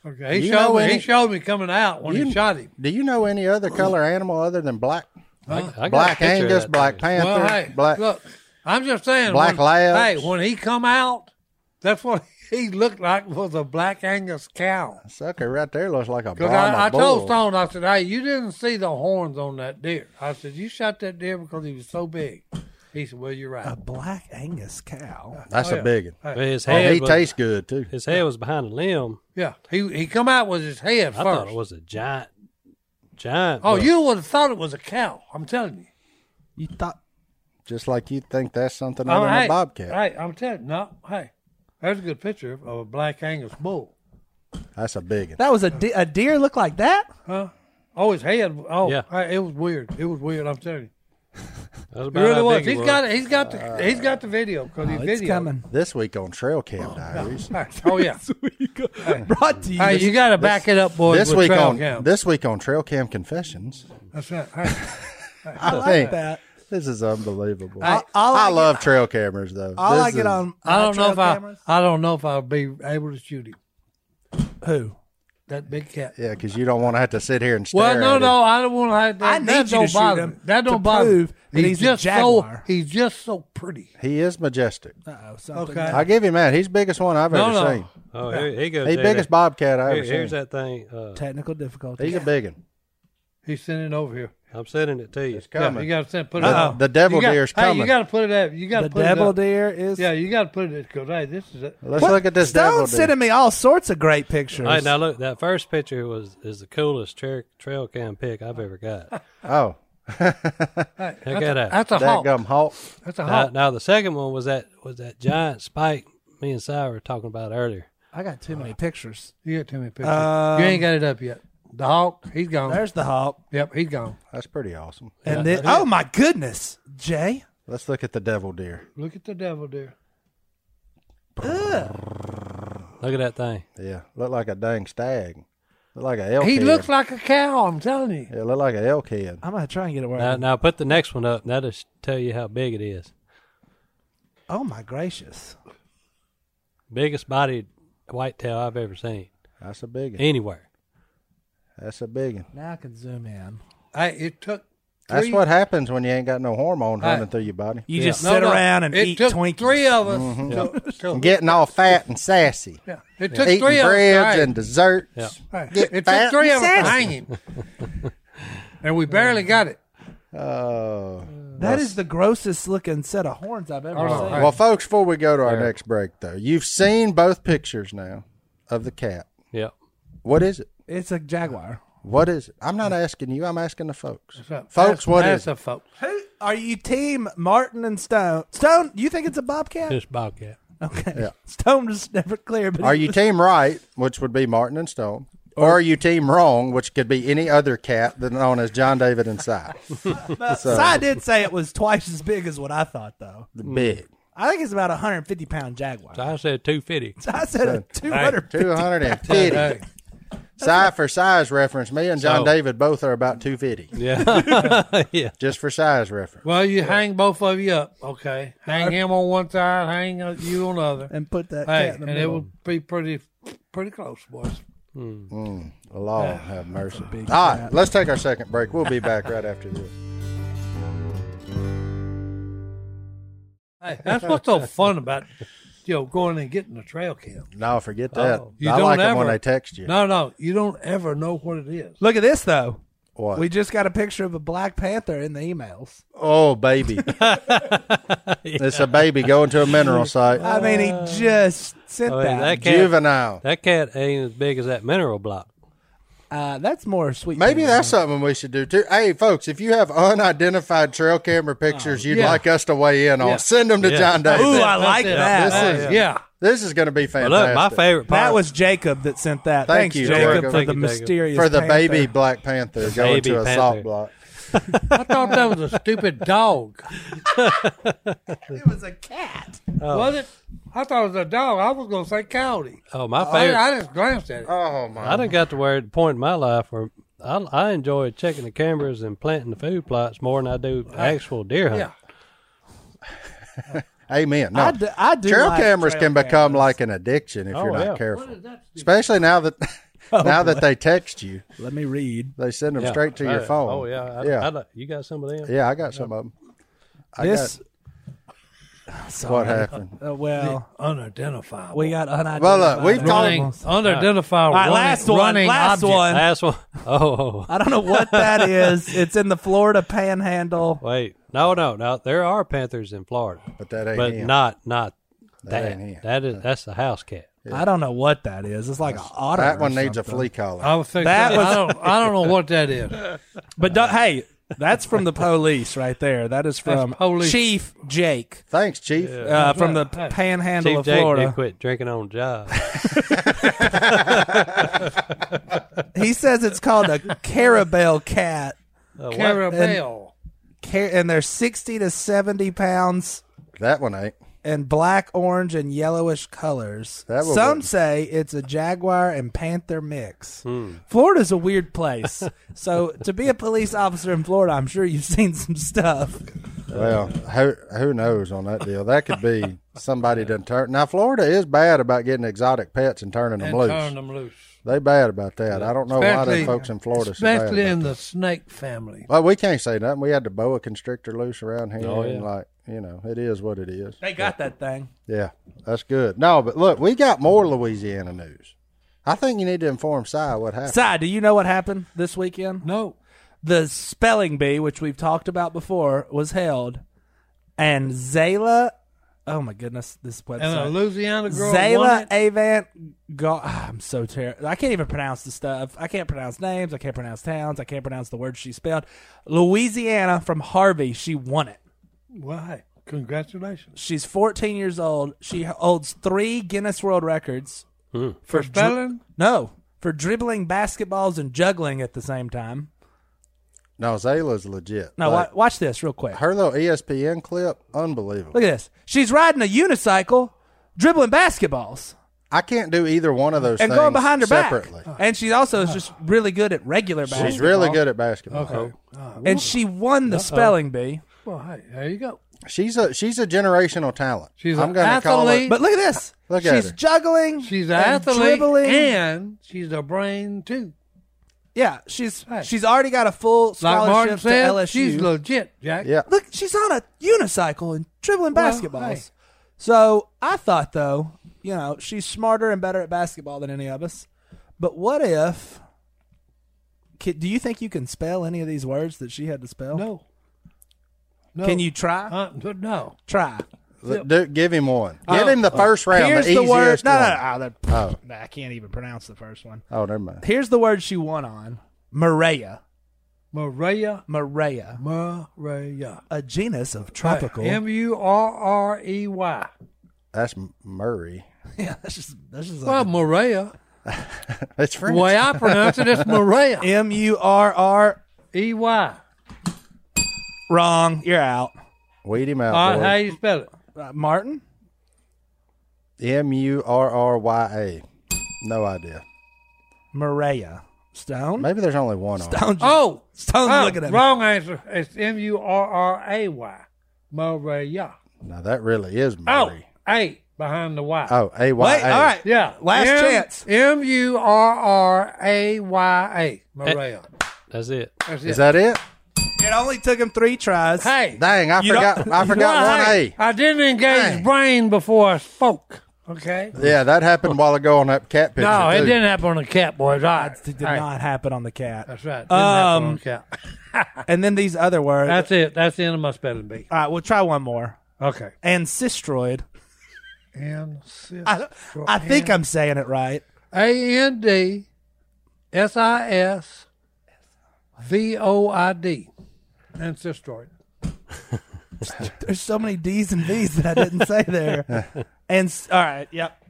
Speaker 3: Okay. He
Speaker 1: You
Speaker 3: showed
Speaker 1: know
Speaker 3: me he
Speaker 1: any-
Speaker 3: showed me coming out when
Speaker 1: You-
Speaker 3: he shot him.
Speaker 1: Do you know any other color animal other than black?
Speaker 4: I, I got a
Speaker 1: Black
Speaker 4: picture of
Speaker 1: Angus,
Speaker 4: that
Speaker 1: black
Speaker 4: thing.
Speaker 1: panther,
Speaker 3: well, hey,
Speaker 1: black.
Speaker 3: look, I'm just saying
Speaker 1: Black
Speaker 3: when,
Speaker 1: labs.
Speaker 3: Hey, when he come out, that's what *laughs* he looked like was a black Angus cow.
Speaker 1: Sucker right there looks like a
Speaker 3: Because
Speaker 1: Brahma
Speaker 3: I, I told
Speaker 1: bull.
Speaker 3: Stone, I said, hey, you didn't see the horns on that deer. I said, you shot that deer because he was so big. He said, well, you're
Speaker 2: a
Speaker 3: right.
Speaker 2: black Angus cow.
Speaker 1: That's a
Speaker 3: Oh, yeah.
Speaker 1: big one.
Speaker 4: But His
Speaker 1: And
Speaker 4: head
Speaker 1: he
Speaker 4: was,
Speaker 1: tastes good too.
Speaker 4: his head was behind a limb.
Speaker 3: Yeah. He he come out with his head
Speaker 4: I
Speaker 3: first.
Speaker 4: thought it was a giant, giant.
Speaker 3: Oh,
Speaker 4: buck.
Speaker 3: you would have thought it was a cow. I'm telling you.
Speaker 2: You thought
Speaker 1: Just like you think that's something
Speaker 3: I'm,
Speaker 1: other than
Speaker 3: Oh, hey,
Speaker 1: a bobcat.
Speaker 3: Hey, I'm telling you. No, hey. There's a good picture of a black Angus bull.
Speaker 1: That's a big one.
Speaker 2: that was a de- a deer looked like that?
Speaker 3: Oh, his head. Oh,
Speaker 4: Yeah.
Speaker 3: hey, it was weird. It was weird. I'm telling you.
Speaker 4: That's
Speaker 3: It
Speaker 4: about
Speaker 3: really
Speaker 4: how
Speaker 3: was.
Speaker 4: big he
Speaker 3: He's got. He's got the. he's got the video because he
Speaker 2: Uh, oh, It's
Speaker 3: videoed.
Speaker 2: coming.
Speaker 1: This week on Trail Cam Diaries.
Speaker 3: Hey, Oh
Speaker 2: *laughs*
Speaker 3: yeah.
Speaker 2: Brought to you.
Speaker 3: *laughs* Hey, you got to back it up, boys.
Speaker 1: This
Speaker 3: with
Speaker 1: week
Speaker 3: trail
Speaker 1: on
Speaker 3: cam.
Speaker 1: this week on Trail Cam Confessions.
Speaker 2: *laughs*
Speaker 3: That's right. Hey,
Speaker 1: I,
Speaker 2: like
Speaker 1: think
Speaker 2: that.
Speaker 1: this is unbelievable.
Speaker 2: I-
Speaker 1: I,
Speaker 2: all I get-
Speaker 1: love trail cameras though.
Speaker 2: All
Speaker 1: This
Speaker 2: I get
Speaker 1: is-
Speaker 2: on.
Speaker 3: I don't know
Speaker 2: trail
Speaker 3: if I.
Speaker 2: cameras-
Speaker 3: I don't know if I'll be able to shoot him.
Speaker 2: Who?
Speaker 3: that big cat.
Speaker 1: Yeah, because you don't want to have to sit here and stare.
Speaker 3: Well, no,
Speaker 1: at it.
Speaker 3: no, I don't want to have that.
Speaker 2: I need
Speaker 3: that
Speaker 2: you
Speaker 3: don't
Speaker 2: to shoot
Speaker 3: bother
Speaker 2: him
Speaker 3: me. That don't
Speaker 2: to
Speaker 3: bother.
Speaker 2: prove
Speaker 3: me.
Speaker 2: that he's a
Speaker 3: just
Speaker 2: jaguar.
Speaker 3: so he's just so pretty.
Speaker 1: He is majestic.
Speaker 2: Uh-oh, something.
Speaker 3: Okay.
Speaker 1: I give him that. He's the biggest one I've
Speaker 3: No,
Speaker 1: ever
Speaker 3: no.
Speaker 1: seen.
Speaker 4: Oh, here, here goes.
Speaker 1: He's the
Speaker 4: Jay.
Speaker 1: biggest bobcat I
Speaker 4: Here-
Speaker 1: ever seen.
Speaker 4: here's that thing. Uh,
Speaker 2: Technical difficulty.
Speaker 1: He's a big one.
Speaker 3: He's sending it over here.
Speaker 4: I'm sending it to you.
Speaker 1: It's coming.
Speaker 3: Yeah, you got to send put it
Speaker 1: The-
Speaker 3: up.
Speaker 1: the devil
Speaker 3: you got,
Speaker 1: deer's
Speaker 3: hey,
Speaker 1: coming.
Speaker 3: you got to put it up. You got to
Speaker 2: the
Speaker 3: put it
Speaker 2: devil
Speaker 3: up.
Speaker 2: deer is.
Speaker 3: Yeah, you got to put it because hey, this is it.
Speaker 1: Let's
Speaker 2: What?
Speaker 1: look at this devil
Speaker 2: Stone's
Speaker 1: deer.
Speaker 2: sending me all sorts of great pictures.
Speaker 4: All right, now look, that first picture was is the coolest tra- trail cam pic I've ever got.
Speaker 1: Oh,
Speaker 4: Check that out.
Speaker 3: That's a
Speaker 1: that
Speaker 3: hawk.
Speaker 1: gum hawk.
Speaker 3: That's a
Speaker 4: Now,
Speaker 1: Uh-huh.
Speaker 3: hawk.
Speaker 4: now the second one was that was that giant spike me and Si were talking about earlier.
Speaker 2: I got too many pictures.
Speaker 3: You got too many pictures.
Speaker 2: Um,
Speaker 3: you ain't got it up yet. The hawk, he's gone.
Speaker 2: There's the hawk.
Speaker 3: yep, he's gone.
Speaker 1: That's pretty awesome.
Speaker 2: And then, oh my goodness, Jay.
Speaker 1: Let's look at the devil deer.
Speaker 3: Look at the devil deer.
Speaker 4: Look at that thing.
Speaker 1: Yeah, look like a dang stag. Look like a elk.
Speaker 3: He
Speaker 1: head.
Speaker 3: looks like a cow. I'm telling you.
Speaker 1: Yeah, look like an elk head.
Speaker 2: I'm gonna try and get it where. I
Speaker 1: Uh-huh.
Speaker 4: Now,
Speaker 2: can-
Speaker 4: now put the next one up. and That'll sh- tell you how big it is.
Speaker 2: Oh my gracious.
Speaker 4: Biggest bodied whitetail I've ever seen
Speaker 1: That's a big one.
Speaker 4: anywhere.
Speaker 1: That's a big one.
Speaker 2: Now I can zoom in.
Speaker 3: Hey, it took.
Speaker 1: That's
Speaker 3: three-
Speaker 1: what happens when you ain't got no hormone
Speaker 3: Hey.
Speaker 1: running through your body.
Speaker 2: You
Speaker 4: Yeah.
Speaker 2: just
Speaker 4: just
Speaker 2: sit around and
Speaker 3: it
Speaker 2: eat
Speaker 3: took
Speaker 2: Twinkies. Mm-hmm.
Speaker 3: Three of us. to- to-
Speaker 1: Getting all fat and sassy.
Speaker 3: yeah, It took
Speaker 1: Eating
Speaker 3: three of us.
Speaker 1: breads
Speaker 3: hey,
Speaker 1: and desserts.
Speaker 4: Yeah.
Speaker 3: hey,
Speaker 1: get
Speaker 3: it
Speaker 1: fat
Speaker 3: took three
Speaker 1: and
Speaker 3: of us to
Speaker 1: sassy.
Speaker 3: hang him, and we barely got it.
Speaker 1: Oh.
Speaker 2: That is the grossest looking set of horns I've ever
Speaker 3: Oh,
Speaker 2: seen.
Speaker 3: hey.
Speaker 1: Well, folks, before we go to our next break, though, you've seen both pictures now of the cat.
Speaker 4: Yep.
Speaker 1: What is it?
Speaker 2: It's a jaguar.
Speaker 1: What is it? I'm not asking you. I'm asking the folks. Folks,
Speaker 3: that's,
Speaker 1: what
Speaker 3: that's
Speaker 1: is it?
Speaker 3: a folks?
Speaker 2: Who are you, Team Martin and Stone? Stone, you think it's a bobcat?
Speaker 1: *laughs*
Speaker 4: Just bobcat.
Speaker 2: Okay. *laughs* Stone is never clear. But
Speaker 1: Are
Speaker 2: he
Speaker 1: you
Speaker 2: was-
Speaker 1: team right, which would be Martin and Stone, or are you team wrong, which could be any other cat than known as John David and Cy?
Speaker 2: Uh, Si did say it was twice as big as what I thought, though.
Speaker 1: Big.
Speaker 2: I think it's about a 150 pound jaguar.
Speaker 4: So I said 250.
Speaker 2: So I said a 250.
Speaker 1: 250. Cy for size reference, me and John
Speaker 4: So-
Speaker 1: David both are about 250, *laughs*
Speaker 4: Yeah. yeah.
Speaker 1: just for size reference.
Speaker 3: Well, you hang both of you up, okay? Hang him on one side, hang uh, you on the other.
Speaker 2: And put that
Speaker 3: Hey,
Speaker 2: cat in the
Speaker 3: and it
Speaker 2: middle.
Speaker 3: would be pretty, pretty close, boys.
Speaker 1: Lord have mercy. All right, let's take our second break. We'll be back right after this.
Speaker 3: Hey, that's what's so fun about you know going and getting a trail cam.
Speaker 1: No, forget that.
Speaker 4: Oh.
Speaker 3: You
Speaker 1: I
Speaker 3: don't
Speaker 1: like it
Speaker 3: ever-
Speaker 1: when they text you.
Speaker 3: No, no, you don't ever know what it is.
Speaker 2: Look at this, though.
Speaker 1: What?
Speaker 2: We just got a picture of a Black Panther in the emails.
Speaker 1: oh, baby. *laughs* It's a baby going to a mineral site.
Speaker 2: I mean, he just sent
Speaker 4: Oh,
Speaker 2: that.
Speaker 4: yeah, that cat,
Speaker 1: *laughs* Juvenile.
Speaker 4: that cat ain't as big as that mineral block.
Speaker 2: Uh, that's more sweet.
Speaker 1: Maybe
Speaker 2: than-
Speaker 1: that's something we should do too. Hey, folks, if you have unidentified trail camera pictures you'd
Speaker 3: yeah.
Speaker 1: like us to weigh in on,
Speaker 3: Yeah.
Speaker 1: send them to
Speaker 4: Yeah.
Speaker 1: John David.
Speaker 2: Ooh, I like
Speaker 3: That's it.
Speaker 2: that. Oh,
Speaker 1: This
Speaker 2: That-
Speaker 1: is-
Speaker 3: Yeah,
Speaker 1: this is going to be fantastic.
Speaker 4: But look, my favorite part.
Speaker 2: That was Jacob that sent that.
Speaker 1: Thank
Speaker 2: Thanks,
Speaker 1: you,
Speaker 2: Jacob,
Speaker 1: Jacob.
Speaker 2: for
Speaker 4: Thank
Speaker 2: the
Speaker 4: you, Jacob.
Speaker 2: mysterious
Speaker 1: for the
Speaker 2: panther.
Speaker 1: baby Black Panther going
Speaker 4: baby
Speaker 1: to a
Speaker 4: Panther.
Speaker 1: salt block.
Speaker 3: I thought that was a
Speaker 2: *laughs*
Speaker 3: stupid dog.
Speaker 2: It was a cat.
Speaker 3: Was it? I thought it was a dog. I was gonna say coyote.
Speaker 4: oh, my
Speaker 3: I,
Speaker 4: favorite.
Speaker 3: I just glanced at it.
Speaker 1: Oh my!
Speaker 4: I done got to where the point in my life where I, I enjoy checking the cameras and planting the food plots more than I do actual deer hunting.
Speaker 3: yeah,
Speaker 1: Amen. No,
Speaker 2: I do, I do
Speaker 1: trail
Speaker 2: like
Speaker 1: cameras
Speaker 2: trail
Speaker 1: can become
Speaker 2: cameras.
Speaker 1: like an addiction if
Speaker 4: Oh,
Speaker 1: you're not
Speaker 4: yeah.
Speaker 1: careful.
Speaker 3: that
Speaker 1: Especially now that *laughs* now that they text you,
Speaker 2: Let me read.
Speaker 1: they send them
Speaker 4: Yeah.
Speaker 1: straight to your
Speaker 4: Uh,
Speaker 1: phone.
Speaker 4: Oh yeah, I,
Speaker 1: yeah,
Speaker 4: I, like- you got some of them.
Speaker 1: yeah. I got some of them. I
Speaker 2: this.
Speaker 1: got what happened.
Speaker 2: Uh, well,
Speaker 3: unidentifiable.
Speaker 2: we got unidentified.
Speaker 1: Well, look, we've
Speaker 3: running
Speaker 1: called.
Speaker 2: Almost.
Speaker 3: unidentifiable.
Speaker 2: All right,
Speaker 3: running-
Speaker 2: last one,
Speaker 3: running
Speaker 2: last
Speaker 3: object.
Speaker 2: one.
Speaker 4: Last one. *laughs* Oh,
Speaker 2: I don't know what *laughs* that is. It's in the Florida Panhandle.
Speaker 4: wait. No, no, no. There are panthers in Florida,
Speaker 1: But that ain't
Speaker 4: but
Speaker 1: him.
Speaker 4: not not
Speaker 1: That
Speaker 4: that.
Speaker 1: ain't it.
Speaker 4: that is that's a house cat.
Speaker 2: I don't know what that is. It's like an otter.
Speaker 1: that
Speaker 2: or
Speaker 1: one needs a
Speaker 2: something.
Speaker 1: flea collar.
Speaker 3: I was thinking
Speaker 2: That
Speaker 3: that
Speaker 2: was-
Speaker 3: I don't. I don't know what
Speaker 2: *laughs*
Speaker 3: that is.
Speaker 2: But don't, hey, that's from the police right there. That is from
Speaker 3: That's police.
Speaker 2: Chief Jake
Speaker 1: Thanks, Chief.
Speaker 2: uh, from the
Speaker 3: Hey.
Speaker 2: Panhandle
Speaker 4: Chief
Speaker 2: of
Speaker 4: Jake did
Speaker 2: Florida.
Speaker 4: quit drinking on
Speaker 1: *laughs*
Speaker 4: the job. Uh,
Speaker 2: He says it's called *laughs* a carabel cat,
Speaker 3: Caramel.
Speaker 2: Car- and they're sixty to seventy pounds
Speaker 1: That one ain't.
Speaker 2: in black, orange, and yellowish colors.
Speaker 1: That will
Speaker 2: Some
Speaker 1: work.
Speaker 2: say it's a jaguar and panther mix.
Speaker 1: Hmm.
Speaker 2: Florida's a weird place, so to be a police officer in Florida, I'm sure you've seen some stuff.
Speaker 1: Well, who who knows on that deal? That could be somebody done turn. Now Florida is bad about getting exotic pets and turning them
Speaker 3: And
Speaker 1: loose.
Speaker 3: turn them loose.
Speaker 1: They bad about that. I don't know why the
Speaker 3: Especially-
Speaker 1: folks in Florida so bad.
Speaker 3: especially
Speaker 1: about
Speaker 3: in
Speaker 1: that.
Speaker 3: the snake family.
Speaker 1: Well, we can't say nothing. We had the boa constrictor loose around here,
Speaker 4: Oh, yeah.
Speaker 1: and like you know, it is what it is.
Speaker 2: They got that thing.
Speaker 1: Yeah, that's good. No, but look, we got more Louisiana news. I think you need to inform Cy what happened.
Speaker 2: Si, do you know what happened this weekend?
Speaker 3: No,
Speaker 2: The spelling bee, which we've talked about before, was held, and Zayla. Oh my goodness, this
Speaker 3: and a
Speaker 2: website.
Speaker 3: Louisiana girl won
Speaker 2: Zayla
Speaker 3: it.
Speaker 2: Avant. Gar- *sighs* I'm so terrible. I can't even pronounce the stuff. I can't pronounce names. I can't pronounce towns. I can't pronounce the words she spelled. Louisiana from Harvey. She won it.
Speaker 3: Why? Congratulations
Speaker 2: She's 14 years old. She holds three Guinness World Records.
Speaker 3: for spelling.
Speaker 2: No, for dribbling basketballs and juggling at the same time.
Speaker 1: No, Zayla's legit.
Speaker 2: No,
Speaker 1: Like,
Speaker 2: wa- watch this real quick.
Speaker 1: her little E ESPN clip, unbelievable.
Speaker 2: Look at this. She's riding a unicycle, dribbling basketballs,
Speaker 1: I can't do either one of those
Speaker 2: and
Speaker 1: things
Speaker 2: going behind her
Speaker 1: separately.
Speaker 2: back. And she's also is just really good at regular basketball.
Speaker 1: She's really good at basketball.
Speaker 3: Okay. Uh,
Speaker 2: And she won the spelling bee.
Speaker 3: well, hey, there you go.
Speaker 1: She's a she's a generational talent.
Speaker 3: She's
Speaker 1: I'm
Speaker 3: an
Speaker 1: gonna call her-
Speaker 3: athlete.
Speaker 2: But look at this.
Speaker 1: Look at
Speaker 2: she's
Speaker 1: her.
Speaker 2: juggling.
Speaker 3: She's an
Speaker 2: and
Speaker 3: athlete
Speaker 2: dribbling.
Speaker 3: and she's a brain too.
Speaker 2: yeah, she's
Speaker 3: Hey.
Speaker 2: she's already got a full
Speaker 3: Like
Speaker 2: scholarship
Speaker 3: Martin
Speaker 2: to
Speaker 3: said,
Speaker 2: LSU.
Speaker 3: she's legit, Jack.
Speaker 1: Yeah.
Speaker 2: Look, she's on a unicycle and dribbling
Speaker 3: Well,
Speaker 2: basketballs.
Speaker 3: hey.
Speaker 2: So I thought, though, you know, she's smarter and better at basketball than any of us. But what if? Can, do you think you can spell any of these words that she had to spell?
Speaker 3: No. No.
Speaker 2: Can you try?
Speaker 3: Uh, no.
Speaker 2: try.
Speaker 1: L- do- give him one. Give him the first round.
Speaker 2: Oh, Here's
Speaker 1: the
Speaker 2: the, word.
Speaker 1: easiest
Speaker 2: No, no, no,
Speaker 1: one.
Speaker 2: ah, that-
Speaker 1: Oh.
Speaker 2: nah, I can't even pronounce the first one.
Speaker 1: Oh, never mind.
Speaker 2: Here's the word she won on: Maria.
Speaker 3: Maria.
Speaker 2: Maria,
Speaker 3: Maria.
Speaker 2: a genus of tropical.
Speaker 3: M U R R E Y.
Speaker 1: That's M- Murray.
Speaker 2: *laughs*
Speaker 1: *laughs*
Speaker 2: yeah, that's just that's just
Speaker 3: Well, Maria.
Speaker 1: That's
Speaker 3: The
Speaker 1: French.
Speaker 3: way I pronounce it, it's Maria.
Speaker 2: M U R R.
Speaker 3: E Y.
Speaker 2: Wrong. You're out.
Speaker 1: Weed him out.
Speaker 3: Uh, how
Speaker 1: Oh, boy.
Speaker 3: you spell it?
Speaker 2: Uh, Martin.
Speaker 1: M U R R Y A. No idea.
Speaker 2: Maria Stone.
Speaker 1: Maybe there's only one on. it.
Speaker 2: Stone.
Speaker 3: Oh,
Speaker 2: Stone's
Speaker 3: oh,
Speaker 2: looking at me.
Speaker 3: wrong answer. It's M U R R A Y. Maria.
Speaker 1: Now that really is
Speaker 3: Oh,
Speaker 1: Murray.
Speaker 3: A behind the Y.
Speaker 1: Oh, A Y.
Speaker 2: Wait. All right.
Speaker 3: Yeah.
Speaker 2: Last
Speaker 3: M-
Speaker 2: chance.
Speaker 3: M U R R A Y A. Maria.
Speaker 4: That's it.
Speaker 3: That's
Speaker 1: Is
Speaker 3: it.
Speaker 1: that it?
Speaker 2: It only took him three tries.
Speaker 3: Hey.
Speaker 1: Dang, I
Speaker 2: *laughs* You
Speaker 1: forgot. I forgot
Speaker 3: Well,
Speaker 1: one
Speaker 3: hey,
Speaker 1: A.
Speaker 3: I didn't engage
Speaker 1: Hey.
Speaker 3: brain before I spoke. Okay.
Speaker 1: Yeah, that happened a while ago on that cat picture.
Speaker 3: No, it
Speaker 1: too.
Speaker 3: didn't happen on the cat, boys. All right.
Speaker 2: It did
Speaker 3: All right.
Speaker 2: not happen on the cat.
Speaker 3: That's right. Didn't happen on
Speaker 2: Um,
Speaker 3: the cat.
Speaker 2: and then these other words.
Speaker 3: That's it. That's the end of my spelling bee.
Speaker 2: All right, we'll try one more.
Speaker 3: Okay.
Speaker 2: Ancestroid.
Speaker 3: And
Speaker 2: I, don't- I think I'm saying it right.
Speaker 3: A N D S I S V O I D. Ancestroid.
Speaker 2: There's so many D's and V's that I didn't say there. And s- all right, yep.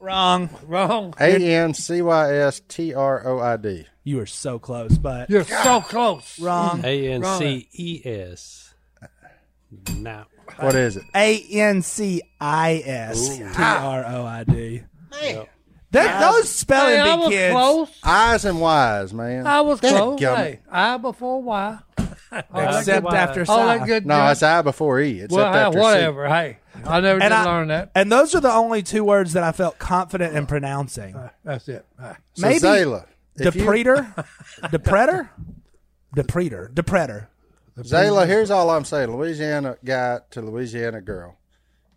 Speaker 2: Wrong.
Speaker 3: Wrong.
Speaker 1: A N C Y S T R O I D.
Speaker 2: You were so close, but
Speaker 3: You're so close.
Speaker 2: wrong.
Speaker 4: A N C E S. Now,
Speaker 1: What is it?
Speaker 2: A N C I S T R O I D. That those
Speaker 3: Hey,
Speaker 2: spelling
Speaker 3: I
Speaker 2: bee
Speaker 3: was
Speaker 2: kids.
Speaker 3: close.
Speaker 1: Eyes and Y's, man.
Speaker 3: I was
Speaker 1: Dadgummit.
Speaker 3: close. Hey, I before Y.
Speaker 2: *laughs* Oh, Except after
Speaker 3: All that
Speaker 2: psi.
Speaker 3: Oh, good
Speaker 1: No,
Speaker 3: junk.
Speaker 1: it's I before E. Except
Speaker 3: Well, hey,
Speaker 1: after C.
Speaker 3: whatever. Hey, I never did
Speaker 2: And I-
Speaker 3: learn that.
Speaker 2: And those are the only two words that I felt confident in pronouncing.
Speaker 3: That's it. All right.
Speaker 1: So
Speaker 2: Maybe
Speaker 1: Zayla. if you-
Speaker 2: Depreter, *laughs* Depreter, Depreter, Depreter.
Speaker 1: Zayla, here's all I'm saying. Louisiana guy to Louisiana girl.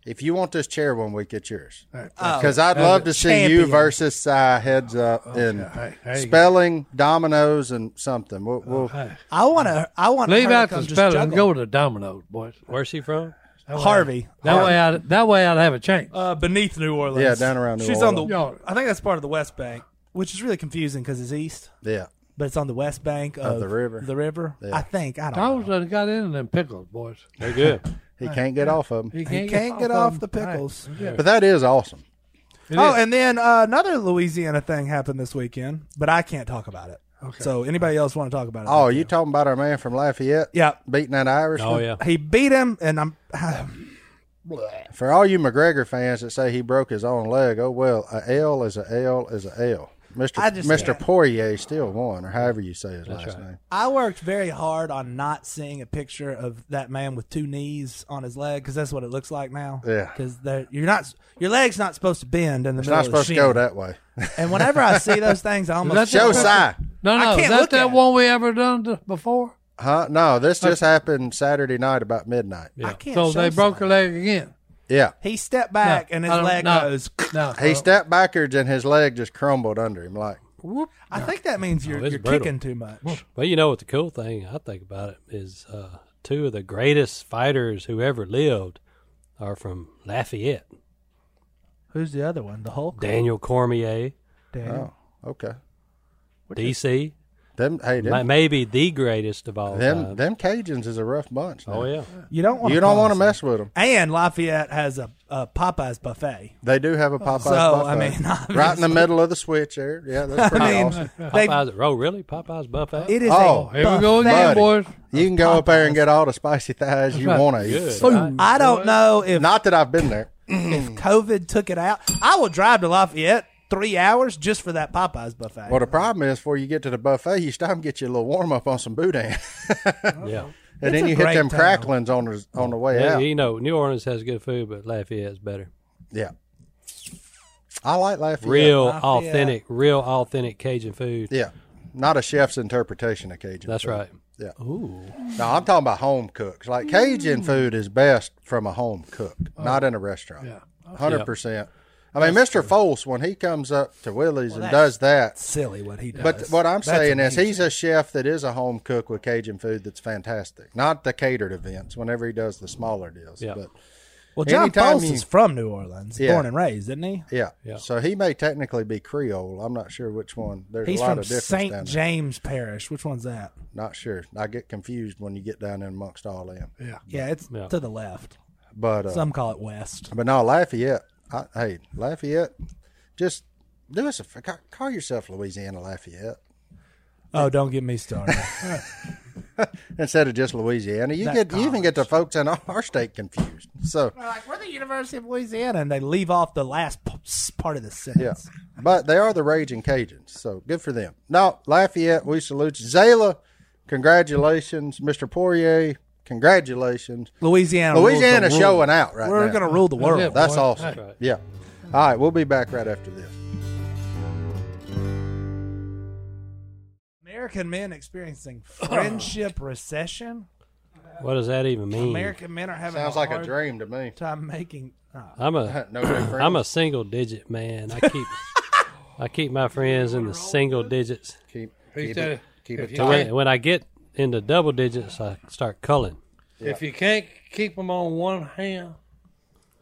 Speaker 1: If you want this chair one week, it's yours. Because I'd love to see you
Speaker 2: Oh. Champion.
Speaker 1: versus Cy heads up in
Speaker 3: Hey, there you go.
Speaker 1: spelling, dominoes, and something. We'll, we'll,
Speaker 2: I want to. I want
Speaker 3: Leave out the
Speaker 2: just
Speaker 3: spelling and
Speaker 2: juggle.
Speaker 3: go to the dominoes, boys.
Speaker 4: where's she from?
Speaker 2: Harvey.
Speaker 3: That way, I that way I'd have a chance.
Speaker 2: Uh, beneath New Orleans.
Speaker 1: Yeah, down around New
Speaker 2: She's on the.
Speaker 3: Orleans.
Speaker 2: I think that's part of the West Bank, which is really confusing because it's east,
Speaker 1: yeah.
Speaker 2: but it's on the West Bank of,
Speaker 1: the river.
Speaker 2: The river. I think. I don't.
Speaker 3: I
Speaker 2: know.
Speaker 3: was uh, got in them pickles, boys.
Speaker 4: They're good.
Speaker 1: He can't get off of them.
Speaker 2: He can't get off the
Speaker 3: them.
Speaker 2: pickles.
Speaker 1: But that is awesome.
Speaker 2: Oh, and then uh, another Louisiana thing happened this weekend, but I can't talk about it. So anybody else want to talk about it?
Speaker 1: Oh, you talking about our man from Lafayette?
Speaker 2: yeah.
Speaker 1: Beating that Irish?
Speaker 4: Oh yeah.
Speaker 2: He beat him, and I'm. *sighs*
Speaker 1: For all you McGregor fans that say he broke his own leg, oh well, a L is a L is a L. Mr.
Speaker 2: I just-
Speaker 1: Mr.
Speaker 2: yeah.
Speaker 1: Poirier still won, or however you say his last
Speaker 4: right.
Speaker 1: name.
Speaker 2: I worked very hard on not seeing a picture of that man with two knees on his leg because that's what it looks like now.
Speaker 1: Yeah.
Speaker 2: because you're not your leg's not supposed to bend in the
Speaker 1: It's
Speaker 2: middle.
Speaker 1: not
Speaker 2: of the
Speaker 1: supposed to go
Speaker 2: shin.
Speaker 1: that way.
Speaker 2: And whenever I see those *laughs* things, I almost
Speaker 3: That's
Speaker 1: Show
Speaker 3: it.
Speaker 1: Si.
Speaker 3: No,
Speaker 2: I
Speaker 3: no,
Speaker 2: can't
Speaker 3: that's
Speaker 2: look at
Speaker 3: that
Speaker 2: it.
Speaker 3: one we ever done to- before.
Speaker 1: Huh? No, this just happened Saturday night about midnight.
Speaker 2: I can't.
Speaker 3: So
Speaker 2: show
Speaker 3: they broke
Speaker 2: something.
Speaker 3: her leg again.
Speaker 1: Yeah.
Speaker 2: He stepped back
Speaker 3: No,
Speaker 2: and his
Speaker 3: I don't-
Speaker 2: leg
Speaker 3: no.
Speaker 2: goes.
Speaker 3: No,
Speaker 2: *laughs*
Speaker 1: He stepped backwards and his leg just crumbled under him. Like,
Speaker 2: I think that means you're,
Speaker 4: Oh, it's
Speaker 2: you're
Speaker 4: brutal.
Speaker 2: kicking too much.
Speaker 4: Well, you know what the cool thing I think about it is uh, two of the greatest fighters who ever lived are from Lafayette.
Speaker 2: Who's the other one? The Hulk.
Speaker 4: Daniel Cormier,
Speaker 1: Oh.
Speaker 2: Daniel.
Speaker 1: okay.
Speaker 4: DC,
Speaker 1: Them, hey,
Speaker 4: ma-
Speaker 1: them,
Speaker 4: maybe the greatest of all
Speaker 1: them,
Speaker 4: time.
Speaker 1: them Cajuns is a rough bunch. now.
Speaker 4: oh yeah,
Speaker 2: You don't want.
Speaker 1: You don't want to mess with them.
Speaker 2: And Lafayette has a, a Popeye's buffet.
Speaker 1: They do have a Popeye.
Speaker 2: So,
Speaker 1: buffet.
Speaker 2: I mean, *laughs*
Speaker 1: right in the
Speaker 2: obviously.
Speaker 1: middle of the switch there. Yeah, that's pretty
Speaker 2: I mean,
Speaker 1: awesome.
Speaker 2: they,
Speaker 4: Popeyes. Oh really? Popeyes buffet.
Speaker 2: it is
Speaker 1: Oh,
Speaker 2: a
Speaker 3: here we go
Speaker 2: buffet.
Speaker 3: again,
Speaker 1: Buddy.
Speaker 3: boys.
Speaker 1: You can go up there and get all the spicy thighs you
Speaker 3: right.
Speaker 1: want to
Speaker 4: Good.
Speaker 1: eat.
Speaker 4: right?
Speaker 2: I don't know if
Speaker 1: Not that I've been there.
Speaker 2: if COVID took it out. I will drive to Lafayette three hours just for that Popeyes buffet.
Speaker 1: Well, the problem is, before you get to the buffet, you stop and get you a little warm up on some boudin, *laughs*
Speaker 2: Uh-huh.
Speaker 4: Yeah.
Speaker 1: and
Speaker 2: It's
Speaker 1: then
Speaker 2: a
Speaker 1: you hit
Speaker 2: great
Speaker 1: them
Speaker 2: town.
Speaker 1: cracklings on the on the way
Speaker 4: Yeah,
Speaker 1: out.
Speaker 4: you know, New Orleans has good food, but Lafayette's better.
Speaker 1: Yeah, I like Lafayette.
Speaker 4: Real
Speaker 2: Lafayette.
Speaker 4: authentic, real authentic Cajun food.
Speaker 1: Yeah, not a chef's interpretation of Cajun.
Speaker 4: That's
Speaker 1: food.
Speaker 4: right.
Speaker 1: Yeah. Ooh. No, I'm talking about home cooks. Like Cajun food is best from a home cook, not in a restaurant. Yeah, hundred percent. I mean, Mr. Foles, when he comes up to Willie's and does that,
Speaker 2: Silly what he does.
Speaker 1: But what I'm
Speaker 2: That's
Speaker 1: saying
Speaker 2: amazing.
Speaker 1: is, he's a chef that is a home cook with Cajun food that's fantastic. Not the catered events, whenever he does the smaller deals.
Speaker 4: Yeah.
Speaker 1: But
Speaker 2: well, John
Speaker 1: anytime
Speaker 2: Post
Speaker 1: you-
Speaker 2: is from New Orleans,
Speaker 1: Yeah.
Speaker 2: born and raised, isn't he?
Speaker 1: yeah.
Speaker 4: Yeah.
Speaker 1: So he may technically be Creole. I'm not sure which one. There's
Speaker 2: He's
Speaker 1: a lot
Speaker 2: from
Speaker 1: of difference
Speaker 2: St.
Speaker 1: down there.
Speaker 2: James Parish. Which one's that?
Speaker 1: Not sure. I get confused when you get down in amongst all them.
Speaker 2: Yeah, it's
Speaker 4: Yeah.
Speaker 2: to the left.
Speaker 1: But uh,
Speaker 2: Some call it west.
Speaker 1: but no, Lafayette. I, hey, Lafayette, just do us a f- ca- call yourself Louisiana Lafayette
Speaker 2: Oh, don't get me started.
Speaker 1: instead of just Louisiana. You
Speaker 2: That
Speaker 1: get you even get the folks in our state confused. So
Speaker 2: like we're the University of Louisiana, and they leave off the last p- s- part of the sentence.
Speaker 1: Yeah. But they are the raging Cajuns, so good for them. No, Lafayette, we salute you. Zayla, congratulations. Mr. Poirier, congratulations.
Speaker 2: Louisiana, rules the
Speaker 1: Louisiana
Speaker 2: world.
Speaker 1: showing out right
Speaker 2: We're
Speaker 1: now.
Speaker 2: gonna rule the world.
Speaker 3: it.
Speaker 1: That's
Speaker 3: Boy,
Speaker 1: awesome.
Speaker 3: that's
Speaker 4: right.
Speaker 1: Yeah. All right, we'll be back right after this.
Speaker 2: American men experiencing friendship recession.
Speaker 4: What does that even mean?
Speaker 2: American men are having
Speaker 1: Sounds
Speaker 2: a
Speaker 1: like a
Speaker 2: hard
Speaker 1: dream to me.
Speaker 2: time making. oh.
Speaker 4: I'm
Speaker 1: *laughs*
Speaker 4: a
Speaker 1: No new friends.
Speaker 4: I'm a single digit man.
Speaker 2: *laughs*
Speaker 4: I keep I keep my friends in the single digits.
Speaker 1: keep,
Speaker 3: He
Speaker 1: keep
Speaker 3: said
Speaker 1: it, keep
Speaker 3: if
Speaker 1: it
Speaker 3: you
Speaker 1: tight.
Speaker 4: When, when I get into double digits, I start culling.
Speaker 3: If you can't keep them on one hand,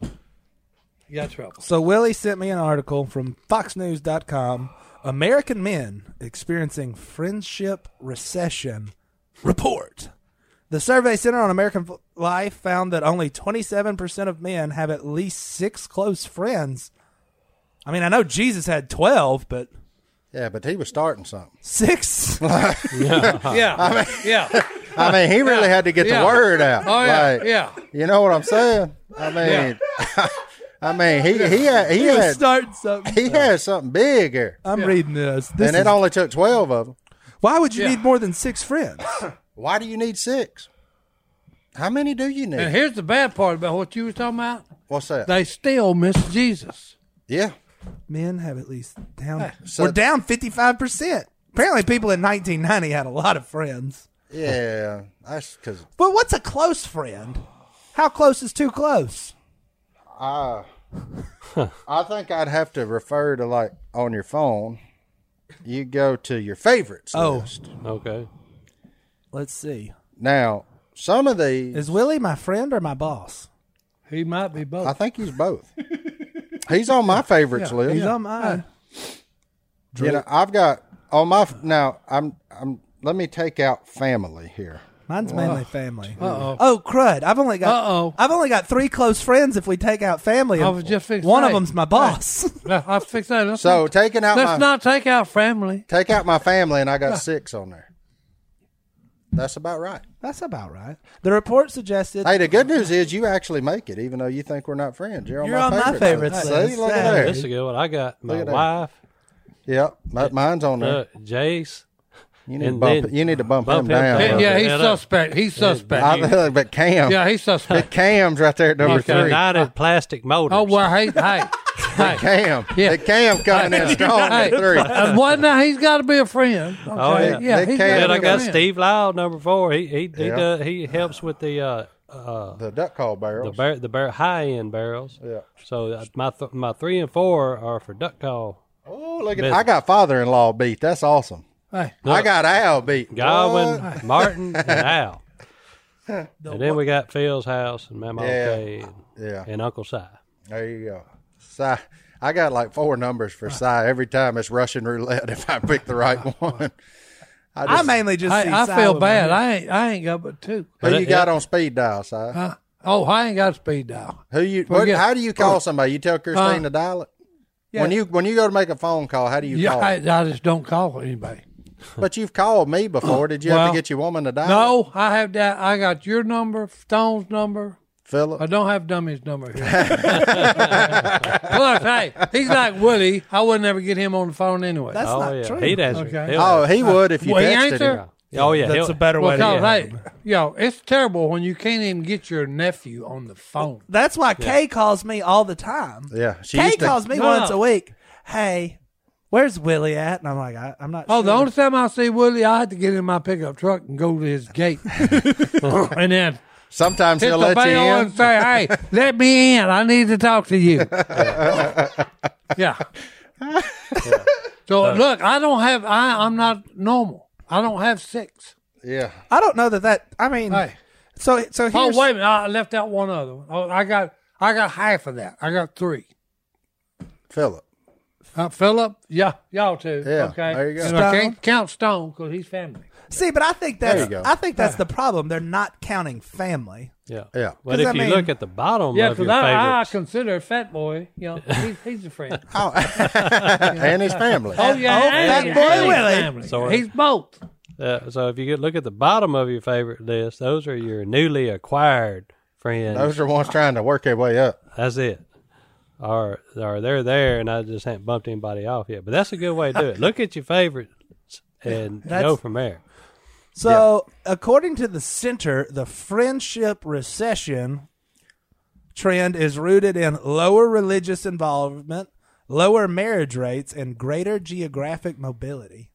Speaker 3: you got trouble.
Speaker 2: So Willie sent me an article from FoxNews.com. American men experiencing friendship recession report. The Survey Center on American F- Life found that only 27% of men have at least six close friends. I mean, I know Jesus had 12, but
Speaker 1: Yeah, but he was starting something.
Speaker 2: six?
Speaker 3: Yeah,
Speaker 1: *laughs*
Speaker 3: yeah.
Speaker 1: I mean, he really had to get
Speaker 3: Yeah.
Speaker 1: the word out.
Speaker 3: Oh yeah,
Speaker 1: Like,
Speaker 3: yeah.
Speaker 1: You know what I'm saying? I mean, *laughs* I mean, he he had,
Speaker 2: *laughs*
Speaker 1: he had
Speaker 2: Start
Speaker 1: *laughs*
Speaker 2: something.
Speaker 1: he has something big here.
Speaker 2: I'm reading this. This
Speaker 1: and it
Speaker 2: is-
Speaker 1: only took 12 of them.
Speaker 2: why would you
Speaker 3: Yeah.
Speaker 2: need more than six friends?
Speaker 1: Why do you need six? How many do you
Speaker 3: And
Speaker 1: need?
Speaker 3: here's the bad part about what you were talking about.
Speaker 1: What's that?
Speaker 3: They still miss Jesus.
Speaker 1: yeah.
Speaker 2: men have at least down.
Speaker 1: So-
Speaker 2: we're down fifty five percent. Apparently, people in 1990 had a lot of friends.
Speaker 1: Yeah. That's because
Speaker 2: But what's a close friend? How close is too close?
Speaker 1: I, I think I'd have to refer to like on your phone, you go to your favorites
Speaker 2: Oh.
Speaker 1: list.
Speaker 4: Okay.
Speaker 2: Let's see.
Speaker 1: Now, some of these,
Speaker 2: Is Willie my friend or my boss?
Speaker 3: He might be both.
Speaker 1: I think he's both. he's on my favorites list.
Speaker 2: He's on mine.
Speaker 1: you know, I've got on my, now I'm, I'm, let me take out family here.
Speaker 2: Mine's mainly family. Uh-oh. Oh crud! I've only got
Speaker 3: Uh-oh.
Speaker 2: I've only got three close friends. If we take out family,
Speaker 3: I
Speaker 2: and
Speaker 3: was just fixing
Speaker 2: one
Speaker 3: to
Speaker 2: of
Speaker 3: say.
Speaker 2: them's my boss.
Speaker 3: Now, I fix that. Let's
Speaker 1: So
Speaker 3: not,
Speaker 1: taking out my,
Speaker 3: let's not take out family.
Speaker 1: Take out my family, and I got six on there. That's about right.
Speaker 2: *laughs* That's about right. The report suggested
Speaker 1: Hey, the good news is you actually make it, even though you think we're not friends. You're on,
Speaker 2: You're
Speaker 1: my,
Speaker 2: on my
Speaker 1: favorites
Speaker 2: favorites list.
Speaker 1: See, look
Speaker 2: Hey.
Speaker 1: at
Speaker 4: This
Speaker 1: there.
Speaker 4: is a good one. I got my
Speaker 1: at that.
Speaker 4: wife,
Speaker 1: Yep, mi- mine's on there.
Speaker 4: Uh, Jace,
Speaker 1: You need to
Speaker 4: and
Speaker 1: bump.
Speaker 4: then-
Speaker 1: You need to bump, him
Speaker 4: bump
Speaker 1: down.
Speaker 4: him down.
Speaker 1: brother.
Speaker 3: yeah, he's
Speaker 4: Head up.
Speaker 3: suspect. He's
Speaker 1: I,
Speaker 3: suspect.
Speaker 1: but Cam,
Speaker 3: Yeah, he's suspect.
Speaker 1: Cam's right there at number
Speaker 3: Okay.
Speaker 1: three.
Speaker 4: United Plastic Motors.
Speaker 3: Oh well, hey, hey, hey.
Speaker 1: Cam,
Speaker 3: Yeah.
Speaker 1: the Cam coming in strong
Speaker 3: Hey,
Speaker 1: at three.
Speaker 3: uh, well, now he's got to be a friend. Okay?
Speaker 4: Oh, yeah.
Speaker 1: They can't-
Speaker 3: he's gotta
Speaker 4: Then
Speaker 3: be
Speaker 4: I
Speaker 3: a
Speaker 4: got
Speaker 3: friend.
Speaker 4: Steve Lyle, number four. He he he,
Speaker 1: Yeah.
Speaker 4: does, he helps with the uh, uh,
Speaker 1: The duck call
Speaker 4: the
Speaker 1: barrels.
Speaker 4: bar- the bar- high end barrels.
Speaker 1: Yeah.
Speaker 4: So uh, my th- my three and four are for duck call.
Speaker 1: oh, look at!
Speaker 4: Business.
Speaker 1: I got father-in-law beat. That's awesome.
Speaker 3: Hey,
Speaker 1: I got Al beat.
Speaker 4: Godwin,
Speaker 1: What?
Speaker 4: *laughs* Martin, and
Speaker 1: *laughs*
Speaker 4: Al. and then we got Phil's house and Mama
Speaker 1: Yeah.
Speaker 4: Kay and,
Speaker 1: Yeah.
Speaker 4: and Uncle Si.
Speaker 1: There you go. Si, I got like four numbers for Si every time it's Russian roulette *laughs* if I pick the
Speaker 3: *laughs*
Speaker 1: right one. I
Speaker 2: I
Speaker 1: just,
Speaker 2: mainly just see
Speaker 3: I, I
Speaker 2: Si
Speaker 3: feel
Speaker 2: with my
Speaker 3: bad.
Speaker 2: head.
Speaker 3: I ain't. I ain't got but two.
Speaker 1: who
Speaker 4: But
Speaker 1: you
Speaker 4: it-
Speaker 1: got on speed dial, Si?
Speaker 3: Huh? Oh, I ain't got a speed dial.
Speaker 1: Who you? What,
Speaker 3: Forget-
Speaker 1: how do you
Speaker 3: Oh.
Speaker 1: call somebody? You tell Christine
Speaker 3: Uh,
Speaker 1: to dial it. When you when you go to make a phone call, how do you
Speaker 3: Yeah,
Speaker 1: call?
Speaker 3: I, I just don't call anybody.
Speaker 1: but you've called me before. Did you have
Speaker 3: Well,
Speaker 1: to get your woman to dial? it?
Speaker 3: No, I have that. I got your number, Stone's number. I
Speaker 1: Philip.
Speaker 3: don't have Dummy's number here. Plus, hey, he's like Woody. I would never get him on the phone anyway.
Speaker 2: That's
Speaker 4: oh
Speaker 2: not
Speaker 4: yeah,
Speaker 2: true.
Speaker 4: he'd answer.
Speaker 3: Okay.
Speaker 4: He'll
Speaker 1: Oh, he would if you
Speaker 3: Well, he
Speaker 1: texted
Speaker 3: answered.
Speaker 1: him.
Speaker 4: answer. oh yeah,
Speaker 2: That's
Speaker 4: he'll-
Speaker 2: a better way.
Speaker 3: well,
Speaker 2: to
Speaker 3: cause,
Speaker 2: do it.
Speaker 3: hey, yo, it's terrible when you can't even get your nephew on the phone.
Speaker 2: That's why Kay calls me all the time.
Speaker 1: Yeah, she
Speaker 2: Kay
Speaker 1: used to-
Speaker 2: calls me
Speaker 3: No.
Speaker 2: once a week. Hey, where's Willie at? And I'm like, I, I'm not.
Speaker 3: Oh, the
Speaker 2: sure.
Speaker 3: only time I see Willie, I had to get in my pickup truck and go to his
Speaker 2: *laughs*
Speaker 3: gate, and then
Speaker 1: Sometimes
Speaker 3: hit
Speaker 1: he'll
Speaker 3: the
Speaker 1: let you
Speaker 3: bell and
Speaker 1: in.
Speaker 3: say, "Hey, let me in. I need to talk
Speaker 1: *laughs*
Speaker 3: to you." yeah.
Speaker 2: Uh,
Speaker 3: So look, I don't have. I I'm not normal. I don't have six.
Speaker 1: Yeah.
Speaker 2: I don't know that that. I mean,
Speaker 3: Hey.
Speaker 2: so so here's,
Speaker 3: Oh wait a minute, I left out one other one. Oh, I got I got half of that. I got three.
Speaker 1: Philip.
Speaker 3: Uh, Philip, yeah, y'all too.
Speaker 1: Yeah,
Speaker 3: okay.
Speaker 1: there you go.
Speaker 3: And I
Speaker 2: Stone.
Speaker 3: can't count Stone because he's family.
Speaker 2: see, but I think that's
Speaker 1: There you go. Ah.
Speaker 2: I think that's the problem. They're not counting family.
Speaker 4: Yeah.
Speaker 1: Yeah.
Speaker 4: But
Speaker 2: 'Cause
Speaker 4: if
Speaker 2: I
Speaker 4: you
Speaker 2: mean-
Speaker 4: look at the bottom
Speaker 3: Yeah,
Speaker 4: of your
Speaker 3: because I, I
Speaker 4: favorites,
Speaker 3: consider Fat Boy. You *laughs* know, he's, he's a friend.
Speaker 1: Oh. *laughs* and his family.
Speaker 3: Oh yeah,
Speaker 2: Oh,
Speaker 3: and
Speaker 2: Fat
Speaker 3: he's
Speaker 2: Boy
Speaker 3: family.
Speaker 2: Willie.
Speaker 3: Family.
Speaker 4: Sorry.
Speaker 3: He's both.
Speaker 4: uh, so if you get, look at the bottom of your favorite list, those are your newly acquired friends.
Speaker 1: Those are ones trying to work their way up.
Speaker 4: That's it. Or or they're there, and I just haven't bumped anybody off yet. But that's a good way to do it. Look at your favorites and go
Speaker 2: That's-
Speaker 4: from there.
Speaker 2: So according to the center, the friendship recession trend is rooted in lower religious involvement, lower marriage rates, and greater geographic mobility.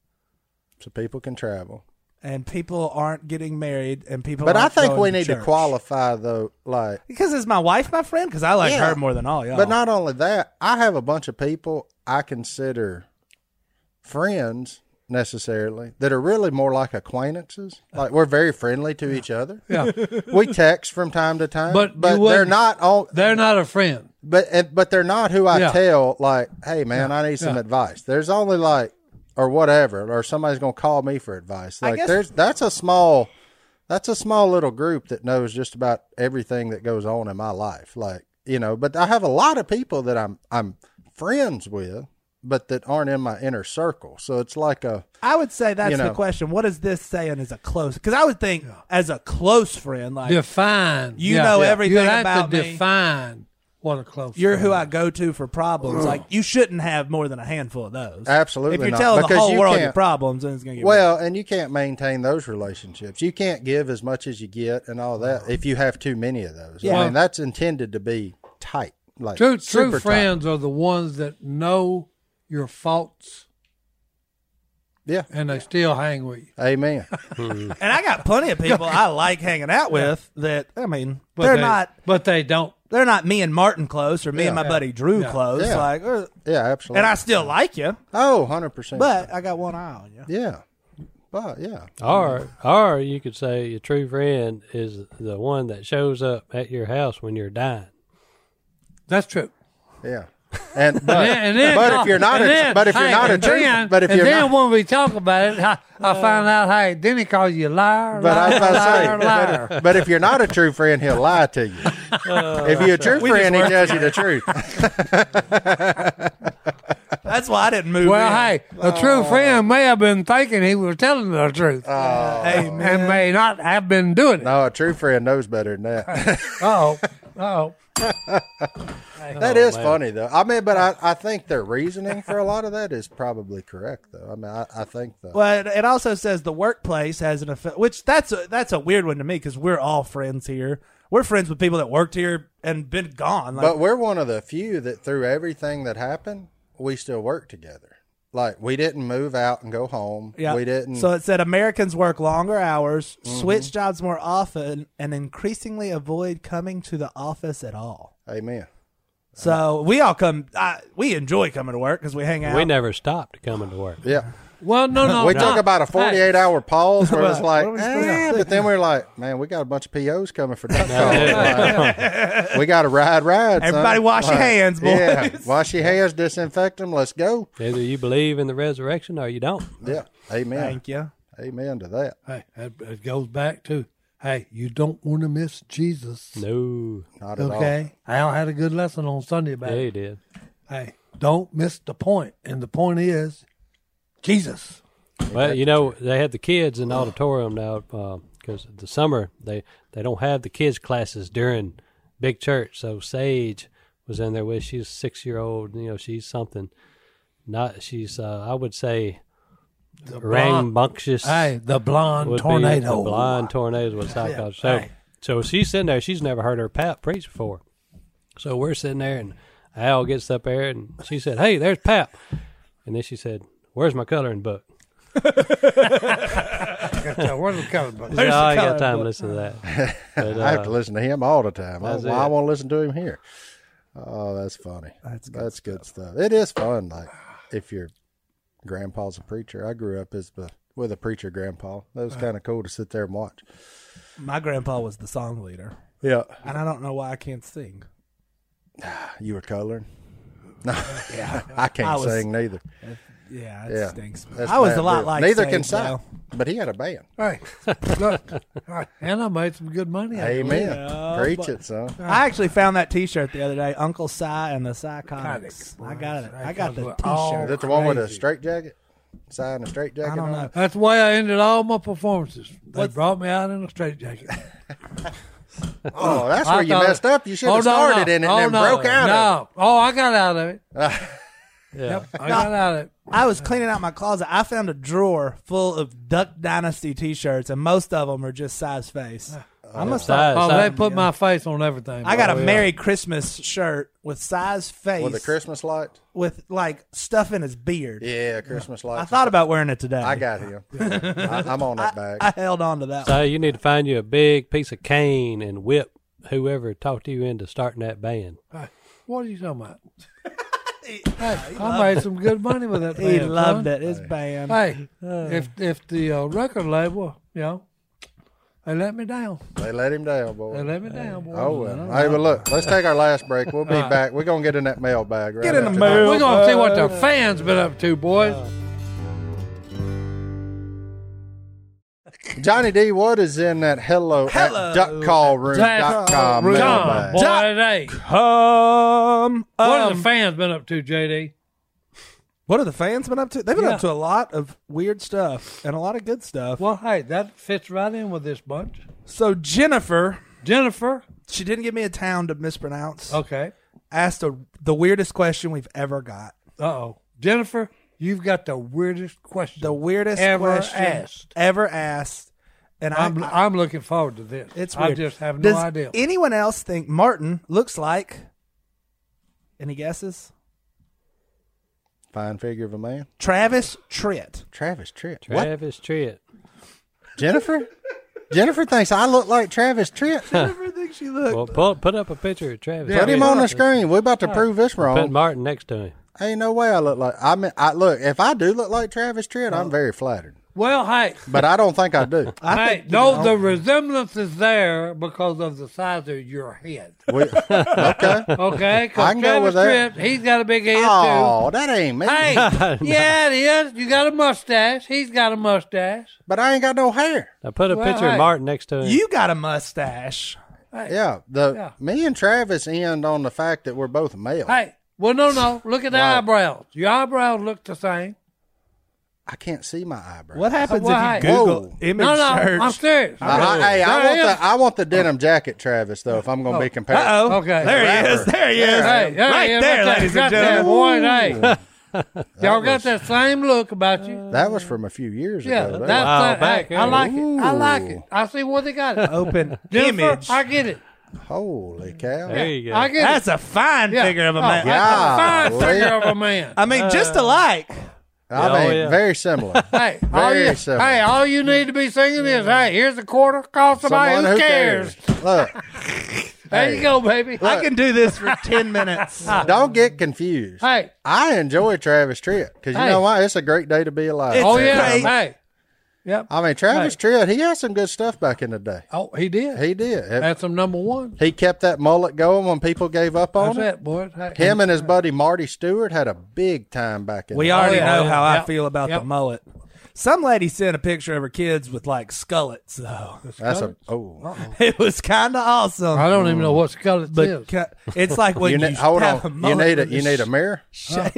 Speaker 1: So people can travel.
Speaker 2: And people aren't getting married, and people.
Speaker 1: But I
Speaker 2: aren't
Speaker 1: think
Speaker 2: going
Speaker 1: we need to
Speaker 2: church.
Speaker 1: qualify though, like
Speaker 2: Because is my wife my friend? Because I like
Speaker 1: Yeah.
Speaker 2: her more than all y'all.
Speaker 1: But not only that, I have a bunch of people I consider friends necessarily that are really more like acquaintances. Like we're very friendly to each other.
Speaker 3: *laughs* Yeah.
Speaker 1: We text from time to time,
Speaker 3: But
Speaker 1: but
Speaker 3: you
Speaker 1: but they're
Speaker 3: wouldn't-
Speaker 1: not all.
Speaker 3: They're not a friend.
Speaker 1: But eh, but they're not who I
Speaker 3: Yeah.
Speaker 1: tell. Like, hey man, I need some
Speaker 3: Yeah.
Speaker 1: advice. There's only like or whatever, or somebody's gonna call me for advice.
Speaker 2: I
Speaker 1: Like
Speaker 2: guess-
Speaker 1: there's that's a small. That's a small little group that knows just about everything that goes on in my life. Like, you know, but I have a lot of people that I'm I'm friends with, but that aren't in my inner circle. So it's like a
Speaker 2: I would say that's
Speaker 1: You
Speaker 2: the
Speaker 1: know.
Speaker 2: question. What is this saying as a close? Because I would think as a close friend, like
Speaker 3: Define.
Speaker 2: You know everything
Speaker 3: you have
Speaker 2: about
Speaker 3: to
Speaker 2: me.
Speaker 3: define what a close.
Speaker 2: you're
Speaker 3: friend
Speaker 2: who
Speaker 3: is.
Speaker 2: I go to for problems. like you shouldn't have more than a handful of those.
Speaker 1: Absolutely
Speaker 2: If you're
Speaker 1: not,
Speaker 2: telling the
Speaker 1: because
Speaker 2: whole
Speaker 1: you
Speaker 2: world your
Speaker 1: can't-
Speaker 2: problems, then it's going to get
Speaker 1: Well, and you can't maintain those relationships. You can't give as much as you get and all that if you have too many of those.
Speaker 2: Yeah.
Speaker 1: I mean, that's intended to be tight. Like
Speaker 3: True,
Speaker 1: super
Speaker 3: true
Speaker 1: tight.
Speaker 3: friends are the ones that know your faults
Speaker 1: Yeah.
Speaker 3: and they still hang with you. *laughs*
Speaker 1: Amen.
Speaker 2: real. and I got plenty
Speaker 1: *laughs*
Speaker 2: of people I like hanging out with. That I mean,
Speaker 3: But
Speaker 2: they're
Speaker 3: they,
Speaker 2: not
Speaker 3: But they don't.
Speaker 2: they're not me and Martin close or me and my buddy Drew
Speaker 3: Yeah.
Speaker 2: close.
Speaker 1: Yeah.
Speaker 2: Like, or,
Speaker 1: Yeah, absolutely.
Speaker 2: and I still like you,
Speaker 1: oh, 100%.
Speaker 2: but I got one eye on you.
Speaker 1: yeah. But yeah.
Speaker 4: Or or you could say your true friend is the one that shows up at your house when you're dying.
Speaker 3: That's true.
Speaker 1: Yeah. And
Speaker 3: And
Speaker 1: but,
Speaker 3: then, and then-
Speaker 1: but if you're not
Speaker 3: and
Speaker 1: a,
Speaker 3: then-
Speaker 1: but if you're
Speaker 3: hey,
Speaker 1: not a
Speaker 3: and
Speaker 1: true
Speaker 3: then-
Speaker 1: but if
Speaker 3: and
Speaker 1: you're
Speaker 3: then
Speaker 1: not
Speaker 3: when we talk about it, I, I find out. Hey, then he calls you liar,
Speaker 1: but I was
Speaker 3: liar,
Speaker 1: about to say,
Speaker 3: liar, liar.
Speaker 1: but, but if you're not a true friend, he'll lie to
Speaker 3: *laughs*
Speaker 1: you.
Speaker 3: Uh,
Speaker 1: if you're a true
Speaker 2: just
Speaker 1: friend, he
Speaker 2: worked
Speaker 1: tells you the truth.
Speaker 2: That's why I didn't move.
Speaker 3: Well,
Speaker 2: in.
Speaker 3: hey, a true friend may have been thinking he was telling the truth
Speaker 2: hey, man.
Speaker 3: and may not have been doing it.
Speaker 1: No, a true friend knows better than that.
Speaker 3: Oh, oh,
Speaker 2: Oh,
Speaker 1: That is
Speaker 4: man.
Speaker 1: funny though. I mean, but
Speaker 2: *laughs*
Speaker 1: I, I think their reasoning for a lot of that is probably correct though. I mean, I, I think though.
Speaker 2: Well, it- it also says the workplace has an effect, which that's a, that's a weird one to me because we're all friends here. We're friends with people that worked here and been gone. Like,
Speaker 1: But we're one of the few that through everything that happened, we still work together. Like we didn't move out and go home.
Speaker 2: yeah.
Speaker 1: We didn't. Mm-hmm.
Speaker 2: So it said Americans work longer hours, switch jobs more often, and increasingly avoid coming to the office at all.
Speaker 1: amen. Uh.
Speaker 2: So we all come. I, we enjoy coming to work because we hang out.
Speaker 4: We never stopped coming to work.
Speaker 1: Yeah.
Speaker 3: well, no,
Speaker 1: *laughs*
Speaker 3: no.
Speaker 1: we
Speaker 3: no.
Speaker 1: took about a 48 hour
Speaker 2: *laughs*
Speaker 1: pause where it was like,
Speaker 2: Oh, What are we supposed to
Speaker 1: eh,
Speaker 2: do?
Speaker 1: but then we were like, man, we got a bunch of POs coming for
Speaker 2: *laughs*
Speaker 1: duck calls. Like, we got to ride, ride. son.
Speaker 2: Everybody wash your
Speaker 1: Like,
Speaker 2: hands, boys.
Speaker 1: Yeah, wash your hands, disinfect them. Let's
Speaker 2: *laughs*
Speaker 1: go.
Speaker 4: *laughs* Either you believe in the resurrection or you don't.
Speaker 1: Yeah, amen,
Speaker 2: Thank you.
Speaker 1: amen to that.
Speaker 3: Hey, that, it goes back to hey, you don't want to miss Jesus.
Speaker 4: No.
Speaker 1: Not at all.
Speaker 3: Okay, Al had a good lesson on Sunday about
Speaker 4: Yeah,
Speaker 3: it.
Speaker 4: you did.
Speaker 3: Hey, don't miss the point, and the point is Jesus.
Speaker 4: Well, you know, they have the kids in the auditorium now because the summer they they don't have the kids classes during big church. So Sage was in there with she's six year old. You know, she's something. Not she's uh, I would say
Speaker 3: The blonde,
Speaker 4: rambunctious.
Speaker 3: hey, the blonde
Speaker 4: would
Speaker 3: tornado.
Speaker 4: Be the blind tornado is what it's called. So,
Speaker 3: right.
Speaker 4: so she's sitting there. She's never heard her Pat preach before. So we're sitting there, and Al gets up there, and she said, "Hey, there's Pap," and then she said, "Where's my coloring book?"
Speaker 3: Yeah, where's it coming from?
Speaker 4: I, said,
Speaker 2: the
Speaker 4: "Oh, I ain't
Speaker 2: coloring
Speaker 4: got time
Speaker 2: book?"
Speaker 4: to listen to that. But,
Speaker 1: I have to
Speaker 4: uh,
Speaker 1: listen to him all the time. I,
Speaker 4: that's
Speaker 1: well, I
Speaker 4: it.
Speaker 1: won't listen to him here. Oh, that's funny. That's good, that's good stuff. It is fun. Like if your grandpa's a preacher, I grew up as the, with a preacher grandpa. That was kind of cool to sit there and watch.
Speaker 2: My grandpa was the song leader,
Speaker 1: Yeah,
Speaker 2: and I don't know why I can't sing.
Speaker 1: you were coloring. *laughs* No, I can't
Speaker 2: I was-
Speaker 1: sing neither.
Speaker 2: Yeah, it
Speaker 1: Yeah,
Speaker 2: stinks.
Speaker 1: That's
Speaker 2: I was
Speaker 1: bad
Speaker 2: a lot
Speaker 1: deal.
Speaker 2: like
Speaker 1: neither
Speaker 2: Sage,
Speaker 1: can Cy,
Speaker 2: though.
Speaker 1: but he had a band.
Speaker 3: Hey, look, hey, and I made some good money. out of it.
Speaker 1: Amen.
Speaker 2: Yeah,
Speaker 1: Preach
Speaker 2: but-
Speaker 1: it, son.
Speaker 2: I actually found that T-shirt the other day, Uncle Cy and the Psychotics.
Speaker 3: Psychotics,
Speaker 2: I got it.
Speaker 3: boys.
Speaker 2: I got the
Speaker 3: Psychotics were all
Speaker 1: Is
Speaker 2: T-shirt.
Speaker 1: that the one with a
Speaker 3: Crazy.
Speaker 1: straight jacket? Sign a straight jacket.
Speaker 2: I don't
Speaker 1: on
Speaker 2: know.
Speaker 1: it?
Speaker 3: That's the way I ended all my performances. They
Speaker 2: What's-
Speaker 3: brought me out in a
Speaker 1: *laughs*
Speaker 3: straitjacket.
Speaker 1: Oh, that's
Speaker 3: I
Speaker 1: where you
Speaker 3: thought-
Speaker 1: messed up. You should have
Speaker 3: Oh, no,
Speaker 1: started
Speaker 3: no.
Speaker 1: in it
Speaker 3: Oh,
Speaker 1: and then
Speaker 3: no,
Speaker 1: broke out.
Speaker 3: No,
Speaker 1: Of
Speaker 3: oh, I got
Speaker 1: *laughs*
Speaker 3: out of it.
Speaker 4: yeah.
Speaker 3: Yep, I got out of it.
Speaker 2: I was cleaning out my closet. I found a drawer full of Duck Dynasty T-shirts, and most of them are just Cy's face. I'm gonna start.
Speaker 4: Cy-
Speaker 3: Oh,
Speaker 4: Cy-
Speaker 3: they put my face on everything.
Speaker 2: I got a
Speaker 3: bro.
Speaker 2: Merry Christmas shirt with Cy's
Speaker 1: it.
Speaker 2: face
Speaker 1: With Oh, the Christmas light.
Speaker 2: with, like stuff in his beard.
Speaker 1: Yeah, Christmas light.
Speaker 2: I thought about wearing it today.
Speaker 1: I got him.
Speaker 2: *laughs*
Speaker 1: I, I'm on that bag.
Speaker 2: I held on to that. one.
Speaker 4: So you need to find you a big piece of cane and whip whoever talked you into starting that band.
Speaker 3: Hey, What are you
Speaker 2: *laughs*
Speaker 3: talking about? hey, I made some good money with
Speaker 2: *laughs*
Speaker 3: that.
Speaker 2: He
Speaker 3: band,
Speaker 2: loved
Speaker 3: son.
Speaker 2: it. Uh. His band. *laughs*
Speaker 3: Hey, if if the uh, record label, you know, they let me down.
Speaker 1: they let him down,
Speaker 3: They
Speaker 1: boy.
Speaker 3: let me down, boy.
Speaker 1: Oh well. Hey, but look, let's take our last break. We'll be back. We're gonna get in that mailbag. Right
Speaker 2: Get in the
Speaker 1: after this.
Speaker 2: mail.
Speaker 3: We're gonna see what the fans been up to, boys.
Speaker 1: Johnny D, what is in that hello,
Speaker 2: Hello
Speaker 1: at duckcallroom.com
Speaker 3: John,
Speaker 1: mailbag?
Speaker 3: boy, today,
Speaker 2: Um,
Speaker 3: what
Speaker 2: um,
Speaker 3: have the fans been up to, JD?
Speaker 2: What have the fans been up to? They've been
Speaker 3: Yeah.
Speaker 2: up to a lot of weird stuff and a lot of good stuff.
Speaker 3: Well, hey, that fits right in with this bunch.
Speaker 2: So Jennifer,
Speaker 3: Jennifer,
Speaker 2: she didn't give me a town to mispronounce.
Speaker 3: okay.
Speaker 2: Asked a, the weirdest question we've ever got.
Speaker 3: Uh oh, Jennifer, you've got the weirdest question.
Speaker 2: The weirdest
Speaker 3: Ever
Speaker 2: question
Speaker 3: asked.
Speaker 2: ever asked. And
Speaker 3: I'm
Speaker 2: I, I-
Speaker 3: I'm looking forward to this.
Speaker 2: it's
Speaker 3: I
Speaker 2: weird.
Speaker 3: just have no
Speaker 2: Does
Speaker 3: idea.
Speaker 2: Anyone else think Martin looks like? Any guesses?
Speaker 1: Fine figure of a man.
Speaker 2: Travis Tritt.
Speaker 1: Travis Tritt. What?
Speaker 4: Travis Tritt.
Speaker 1: Jennifer? Jennifer thinks I look like Travis Tritt.
Speaker 2: Never think she looked.
Speaker 4: Well, put, put up a picture of Travis.
Speaker 1: Put him
Speaker 4: Tritt.
Speaker 1: on the screen. We're about to prove this
Speaker 4: Put
Speaker 1: wrong.
Speaker 4: Martin next to him.
Speaker 1: Ain't no way I look like I mean I look if I do look like Travis Tritt, I'm very flattered.
Speaker 3: well, hey,
Speaker 1: But I don't think I
Speaker 3: *laughs*
Speaker 1: do.
Speaker 2: I
Speaker 3: hey,
Speaker 2: think, you
Speaker 3: no,
Speaker 2: know,
Speaker 3: the resemblance is there because of the size of your head.
Speaker 2: *laughs*
Speaker 1: We, okay.
Speaker 3: Okay,
Speaker 1: I
Speaker 3: because
Speaker 1: can go
Speaker 3: Travis
Speaker 1: with that.
Speaker 3: Tritt, he's got a big head
Speaker 1: Oh, that ain't me.
Speaker 3: too. *laughs* Hey, yeah, it is. You got a mustache. He's got a mustache.
Speaker 1: But I ain't got no hair.
Speaker 4: Now put a
Speaker 3: Well,
Speaker 4: picture
Speaker 3: hey.
Speaker 4: of Martin next to him.
Speaker 2: You got a mustache.
Speaker 1: Yeah. The
Speaker 3: Yeah.
Speaker 1: me and Travis end on the fact that we're both male.
Speaker 3: Hey, Well, no, no. Look at the
Speaker 1: Right.
Speaker 3: eyebrows. Your eyebrows look the same.
Speaker 1: I can't see my eyebrows.
Speaker 2: What happens
Speaker 3: Why?
Speaker 2: if you Google
Speaker 1: Whoa.
Speaker 2: image
Speaker 3: No, no.
Speaker 2: search?
Speaker 3: I'm serious.
Speaker 1: I- I- Uh-huh. hey, I
Speaker 3: There
Speaker 1: want
Speaker 3: it is. Oh.
Speaker 1: the I want the denim jacket, Travis. Though, if I'm going to be compared,
Speaker 2: Uh oh.
Speaker 3: Okay.
Speaker 2: There he is.
Speaker 1: Rapper.
Speaker 2: There he is.
Speaker 3: Hey, hey,
Speaker 2: right
Speaker 3: yeah,
Speaker 2: there,
Speaker 3: right there.
Speaker 2: ladies
Speaker 3: Got
Speaker 2: and
Speaker 3: that
Speaker 2: gentlemen.
Speaker 3: boy, hey. Y'all got that same look about you.
Speaker 1: that was from a few years
Speaker 3: yeah,
Speaker 1: ago. though.
Speaker 3: that's
Speaker 4: Wow,
Speaker 3: that.
Speaker 4: back
Speaker 3: hey, I
Speaker 4: there.
Speaker 3: like it. I like
Speaker 1: Ooh.
Speaker 3: it. I see what they
Speaker 2: *laughs*
Speaker 3: got. it.
Speaker 2: Open
Speaker 3: Jennifer,
Speaker 2: image.
Speaker 3: I get it.
Speaker 1: Holy cow!
Speaker 4: There you go.
Speaker 3: I get
Speaker 2: That's
Speaker 3: it.
Speaker 2: a fine
Speaker 3: Yeah.
Speaker 2: figure of a
Speaker 3: Oh,
Speaker 2: man.
Speaker 1: yeah.
Speaker 3: That's a fine
Speaker 1: Golly.
Speaker 3: figure of a man.
Speaker 2: I mean, just alike.
Speaker 1: I
Speaker 4: Oh,
Speaker 1: mean,
Speaker 4: yeah.
Speaker 1: very similar.
Speaker 3: Hey, all
Speaker 1: Very
Speaker 3: you,
Speaker 1: simple.
Speaker 3: hey, all you need to be singing is, hey, here's a quarter, call *laughs* somebody
Speaker 1: Someone
Speaker 3: who cares.
Speaker 1: Look,
Speaker 3: There you go, baby.
Speaker 2: I can do this *laughs* for 10 minutes.
Speaker 1: don't get confused.
Speaker 3: Hey,
Speaker 1: I enjoy Travis Tritt because you
Speaker 3: Hey.
Speaker 1: know why? It's a great day to be alive.
Speaker 2: It's
Speaker 3: oh
Speaker 2: a
Speaker 3: yeah,
Speaker 2: great-
Speaker 3: hey, yep.
Speaker 1: I mean, Travis Tritt, he had some good stuff back in the day.
Speaker 3: Oh, he did.
Speaker 1: He did.
Speaker 3: That's him number one.
Speaker 1: he kept that mullet going when people gave up
Speaker 3: How's
Speaker 1: on it.
Speaker 3: that, boy? Hey,
Speaker 1: Him and his buddy Marty Stewart had a big time back in
Speaker 2: We
Speaker 1: the day.
Speaker 2: already
Speaker 3: Oh, yeah.
Speaker 2: know how I
Speaker 3: Yep.
Speaker 2: feel about
Speaker 3: Yep.
Speaker 2: the mullet. Some lady sent a picture of her kids with like skullets, though. *laughs*
Speaker 1: That's a oh.
Speaker 2: It was kind of awesome.
Speaker 3: I don't even know what skull it is.
Speaker 2: but ki- it's like when
Speaker 1: You
Speaker 2: you,
Speaker 1: ne- hold
Speaker 2: have
Speaker 1: on.
Speaker 2: a
Speaker 1: You
Speaker 2: mullet
Speaker 1: need a
Speaker 2: with
Speaker 1: you need a mirror.
Speaker 2: shape.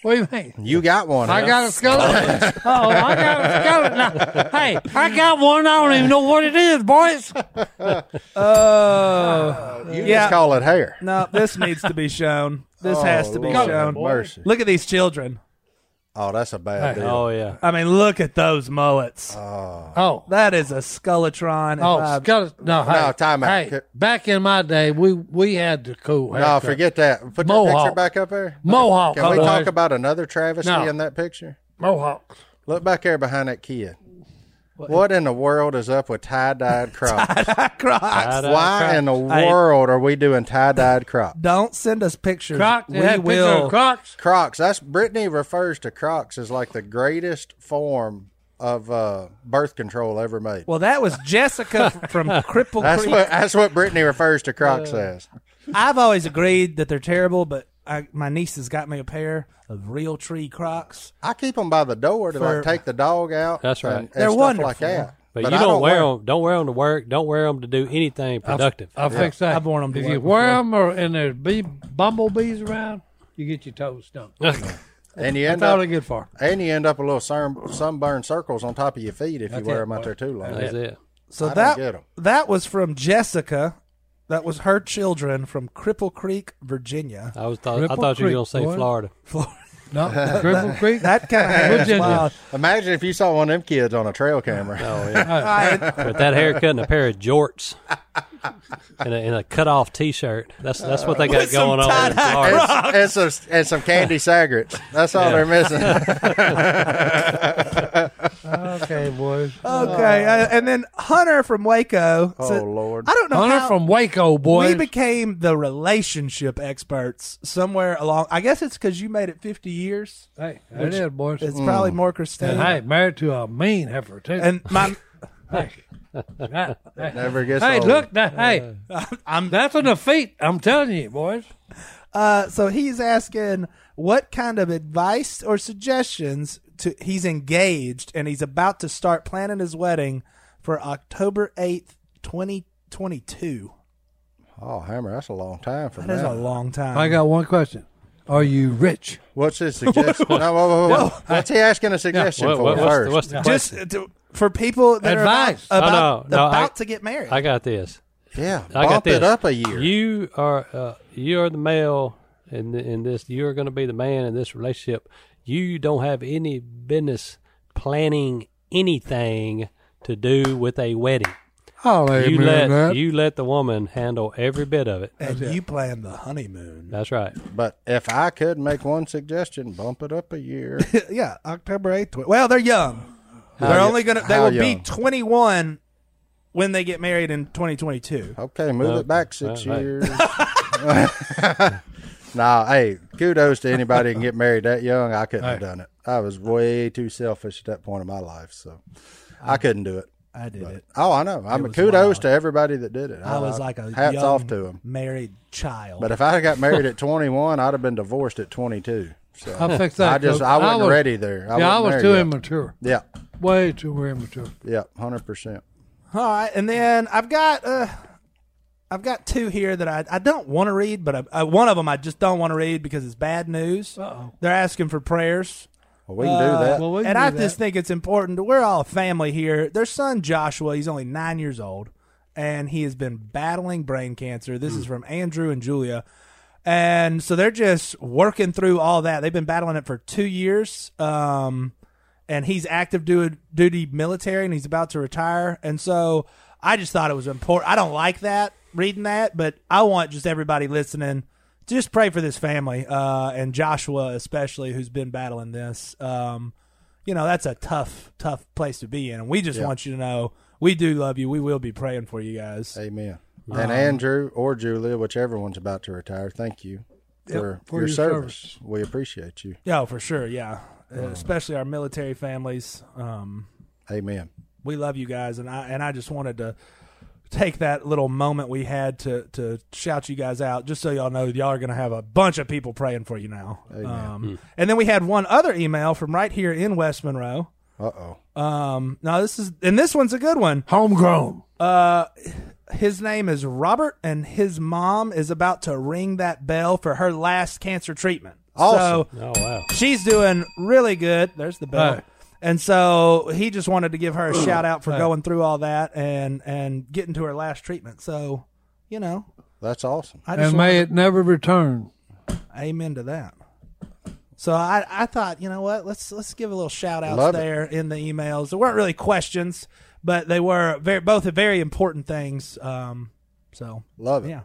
Speaker 3: What do you mean?
Speaker 1: You got one.
Speaker 3: I
Speaker 1: huh?
Speaker 3: got a skeleton. *laughs* oh, I got a skeleton. Now, hey, I got one. I don't even know what it is, boys.
Speaker 2: *laughs* Oh,
Speaker 1: You
Speaker 2: yeah.
Speaker 1: just call it hair.
Speaker 2: no, this needs to
Speaker 1: *laughs*
Speaker 2: be shown. This
Speaker 1: Oh,
Speaker 2: has to be
Speaker 1: Lord have
Speaker 2: shown.
Speaker 1: Mercy.
Speaker 2: Look at these children.
Speaker 1: Oh, that's a bad deal.
Speaker 4: Oh yeah.
Speaker 2: I mean, look at those mullets.
Speaker 3: Oh,
Speaker 2: that is a skeletron.
Speaker 3: oh,
Speaker 2: If I-
Speaker 3: skeleton. No, hey,
Speaker 1: No, time out.
Speaker 3: Hey, back in my day, we we had the cool
Speaker 1: No,
Speaker 3: haircut.
Speaker 1: forget that. Put that picture
Speaker 3: Mohawk.
Speaker 1: back up there.
Speaker 3: Mohawk,
Speaker 1: Can we
Speaker 3: boys.
Speaker 1: talk about another travesty
Speaker 3: No.
Speaker 1: in that picture?
Speaker 3: mohawks.
Speaker 1: Look back there behind that kid. What, in the world is up with tie-dyed crops?
Speaker 2: Crocs.
Speaker 4: Tie-dye
Speaker 1: Why
Speaker 4: crop.
Speaker 1: in the
Speaker 2: Hey.
Speaker 1: world are we doing tie-dyed crops?
Speaker 2: Don't send us pictures.
Speaker 3: Crocs. They
Speaker 2: we
Speaker 3: had a picture
Speaker 2: will.
Speaker 3: of Crocs.
Speaker 1: Crocs. That's Brittany refers to Crocs as like the greatest form of uh, birth control ever made.
Speaker 2: Well, that was Jessica f- from Cripple
Speaker 1: that's
Speaker 2: Creek.
Speaker 1: what that's what Brittany refers to Crocs as.
Speaker 2: I've always agreed that they're terrible, but I, my niece has got me a pair of real tree Crocs.
Speaker 1: I keep them by the door to like
Speaker 2: For-
Speaker 1: take the dog out.
Speaker 4: That's right.
Speaker 1: and- and
Speaker 2: They're
Speaker 1: stuff like
Speaker 2: wonderful.
Speaker 1: that.
Speaker 4: But,
Speaker 1: I
Speaker 4: you don't, wear them. Don't wear them to work. Don't wear them to do anything productive.
Speaker 3: I fix that.
Speaker 2: I've worn 'em to
Speaker 3: If you
Speaker 2: work
Speaker 3: wear them, or, and there's bee, bumblebees around, you get your toes stung.
Speaker 1: and you end
Speaker 3: That's all
Speaker 1: up
Speaker 3: they're good for.
Speaker 1: and you end up with little sun, sunburn circles on top of your feet if you wear
Speaker 3: it,
Speaker 1: them out there too long.
Speaker 4: That's it.
Speaker 2: So
Speaker 1: I don't
Speaker 2: that
Speaker 1: get 'em.
Speaker 2: that was from Jessica. That was her children from Cripple Creek, Virginia.
Speaker 4: I was thought. I
Speaker 3: Cripple
Speaker 4: thought you were
Speaker 3: Creek,
Speaker 4: gonna say
Speaker 3: boy.
Speaker 4: Florida.
Speaker 3: *laughs* No, Cripple Creek.
Speaker 2: That kind of
Speaker 3: Virginia.
Speaker 2: wild.
Speaker 1: Imagine if you saw one of them kids on a trail camera.
Speaker 4: Oh yeah.
Speaker 2: I-
Speaker 4: With that haircut and a pair of jorts and a, and a cut off t shirt. That's that's what they got
Speaker 2: With some
Speaker 4: going on in
Speaker 2: tie-dye
Speaker 1: *laughs*
Speaker 4: Florida.
Speaker 1: And, and some and some
Speaker 4: *laughs*
Speaker 1: candy sagrets. That's all they're missing.
Speaker 3: *laughs* okay, boys.
Speaker 2: okay, uh, and then Hunter from Waco. So-
Speaker 1: Oh, Lord.
Speaker 2: I don't know
Speaker 3: Hunter
Speaker 2: how
Speaker 3: from Waco,
Speaker 2: we
Speaker 3: boys.
Speaker 2: became the relationship experts somewhere along. I guess it's because you made it fifty years.
Speaker 3: hey, there it is, boys.
Speaker 2: It's probably more Christine.
Speaker 3: And hey, married to a mean heifer too.
Speaker 2: And my,
Speaker 3: hey, *laughs* hey, hey,
Speaker 1: Never gets
Speaker 3: hey,
Speaker 1: old.
Speaker 3: look, now, hey, I'm that's a defeat. I'm telling you, boys.
Speaker 2: uh, so he's asking what kind of advice or suggestions to he's engaged and he's about to start planning his wedding for October 8th, 2022.
Speaker 1: Oh, hammer! That's a long time from
Speaker 2: That is
Speaker 1: now.
Speaker 2: a long time.
Speaker 3: I got one question. Are you rich?
Speaker 1: What's his suggestion? no, whoa, whoa, whoa. What's he asking a suggestion
Speaker 4: What-
Speaker 1: for
Speaker 4: what- what's,
Speaker 1: first?
Speaker 4: the, what's the
Speaker 2: Just
Speaker 4: question?
Speaker 2: to, for people that
Speaker 3: Advice.
Speaker 2: are about, about,
Speaker 4: Oh, no, no,
Speaker 2: about
Speaker 4: I-
Speaker 2: to get married.
Speaker 4: I got this.
Speaker 1: yeah,
Speaker 4: I got
Speaker 1: bump
Speaker 4: this.
Speaker 1: it up a year.
Speaker 4: You are uh, you are the male in th- in this. You are going to be the man in this relationship. You don't have any business planning anything to do with a wedding.
Speaker 3: I'll
Speaker 4: You let you let the woman handle every bit of it.
Speaker 2: and you plan the honeymoon.
Speaker 4: That's right.
Speaker 1: but if I could make one suggestion, bump it up a year.
Speaker 2: yeah, October 8th. tw- Well, they're young. they're
Speaker 1: yo-
Speaker 2: only going to, they
Speaker 1: how
Speaker 2: will be
Speaker 1: young?
Speaker 2: 21 when they get married in 2022.
Speaker 1: Okay, move
Speaker 4: Okay.
Speaker 1: it back six
Speaker 4: All right.
Speaker 1: years. *laughs* nah, hey, kudos to anybody who can get married that young. I couldn't have done it. I was way too selfish at that point in my life, so I couldn't do it.
Speaker 2: I did it.
Speaker 1: Oh, I know. I mean, kudos to everybody that did it.
Speaker 2: I was like a
Speaker 1: hats
Speaker 2: young
Speaker 1: off to them.
Speaker 2: married child.
Speaker 1: But if I got married at 21, I'd have been divorced at 22. So
Speaker 3: I'll fix that.
Speaker 1: I just
Speaker 3: Coach.
Speaker 1: I wasn't
Speaker 3: was-
Speaker 1: ready there.
Speaker 3: yeah, I
Speaker 1: wasn't
Speaker 3: was
Speaker 1: there
Speaker 3: too
Speaker 1: yet.
Speaker 3: immature.
Speaker 1: Yeah,
Speaker 3: Way too immature.
Speaker 1: yeah, hundred percent.
Speaker 2: All right, and then I've got uh, I've got two here that I, I don't want to read, but I, I, one of them I just don't want to read because it's bad news.
Speaker 3: Uh-oh.
Speaker 2: They're asking for prayers.
Speaker 1: Well, we can do that.
Speaker 3: well, we can
Speaker 2: and
Speaker 3: do
Speaker 2: I
Speaker 3: that.
Speaker 2: just think it's important. We're all a family here. Their son Joshua, he's only nine years old, and he has been battling brain cancer. This is
Speaker 3: Hmm.
Speaker 2: from Andrew and Julia. And so they're just working through all that. They've been battling it for two years. Um, and he's active du- duty military and he's about to retire. And so I just thought it was important. I don't like that, reading that, but I want just everybody listening to just pray for this family uh, and Joshua, especially, who's been battling this. Um, you know, that's a tough, tough place to be in. And we just want you to know we do love you. We will be praying for you guys.
Speaker 1: Amen. And Andrew or Julia, whichever one's about to retire, thank you for,
Speaker 3: for
Speaker 1: your,
Speaker 3: your
Speaker 1: service. We appreciate you.
Speaker 2: Yeah, oh, for sure. Yeah. Uh, especially our military families. Um,
Speaker 1: Amen.
Speaker 2: we love you guys and I and I just wanted to take that little moment we had to to shout you guys out just so y'all know y'all are going to have a bunch of people praying for you now. Um, and then we had one other email from right here in West Monroe.
Speaker 1: Uh oh.
Speaker 2: Um, now this is and this one's a good one. Uh,
Speaker 3: Homegrown.
Speaker 2: His name is Robert and his mom is about to ring that bell for her last cancer treatment.
Speaker 1: Awesome.
Speaker 2: So
Speaker 4: Oh wow.
Speaker 2: she's doing really good. There's the bell.
Speaker 3: Hey.
Speaker 2: And so he just wanted to give her a shout out for going through all that and and getting to her last treatment. So, you know,
Speaker 1: That's awesome.
Speaker 2: I just
Speaker 3: And
Speaker 2: want
Speaker 3: may it never return.
Speaker 2: amen to that. So I, I thought, you know what, let's let's give a little shout out
Speaker 1: Love it.
Speaker 2: there in the emails. There weren't really questions, but they were very both very important things. Um, so
Speaker 1: Love it.
Speaker 2: yeah.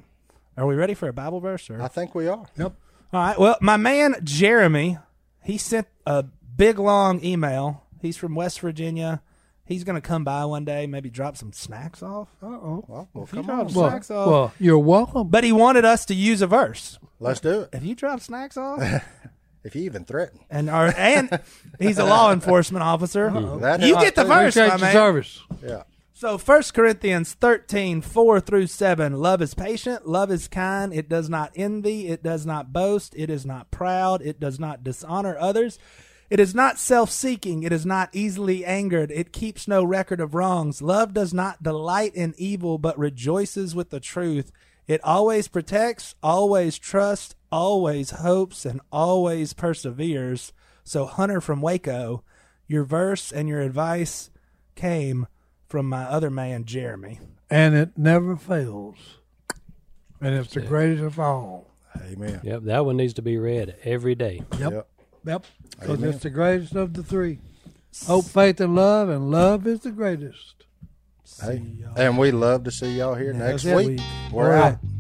Speaker 2: Are we ready for a Bible verse or
Speaker 1: I think we are.
Speaker 3: Yep.
Speaker 2: All right. Well, my man Jeremy, he sent a big long email. He's from West Virginia. He's gonna come by one day, maybe drop some snacks off.
Speaker 3: Uh-oh.
Speaker 1: Well, well,
Speaker 2: If you
Speaker 1: come
Speaker 2: drop
Speaker 1: on.
Speaker 3: Well,
Speaker 2: snacks off,
Speaker 3: well, you're welcome.
Speaker 2: but he wanted us to use a verse.
Speaker 1: Let's do it.
Speaker 2: If you drop snacks off,
Speaker 1: If you even threaten.
Speaker 2: and our, and he's a law enforcement officer,
Speaker 1: That
Speaker 2: you
Speaker 1: is-
Speaker 2: get the verse, my
Speaker 3: Appreciate your
Speaker 2: man.
Speaker 3: service.
Speaker 1: Yeah.
Speaker 2: So, 1 Corinthians 13, 4 through 7. Love is patient. Love is kind. It does not envy. It does not boast. It is not proud. It does not dishonor others. It is not self seeking. It is not easily angered. It keeps no record of wrongs. Love does not delight in evil, but rejoices with the truth. It always protects, always trusts, always hopes, and always perseveres. So, Hunter from Waco, your verse and your advice came from my other man, Jeremy.
Speaker 3: And it never fails. And it's the greatest of all.
Speaker 1: Amen.
Speaker 4: Yep, that one needs to be read every day.
Speaker 3: Yep.
Speaker 1: Yep.
Speaker 3: Yep. Because
Speaker 1: Amen.
Speaker 3: it's the greatest of the three. Hope, faith, and love, and love is the greatest.
Speaker 1: Hey. And we love to see y'all here next
Speaker 2: that's it.
Speaker 1: week.
Speaker 2: We-
Speaker 1: We're
Speaker 3: All
Speaker 1: out.
Speaker 3: right.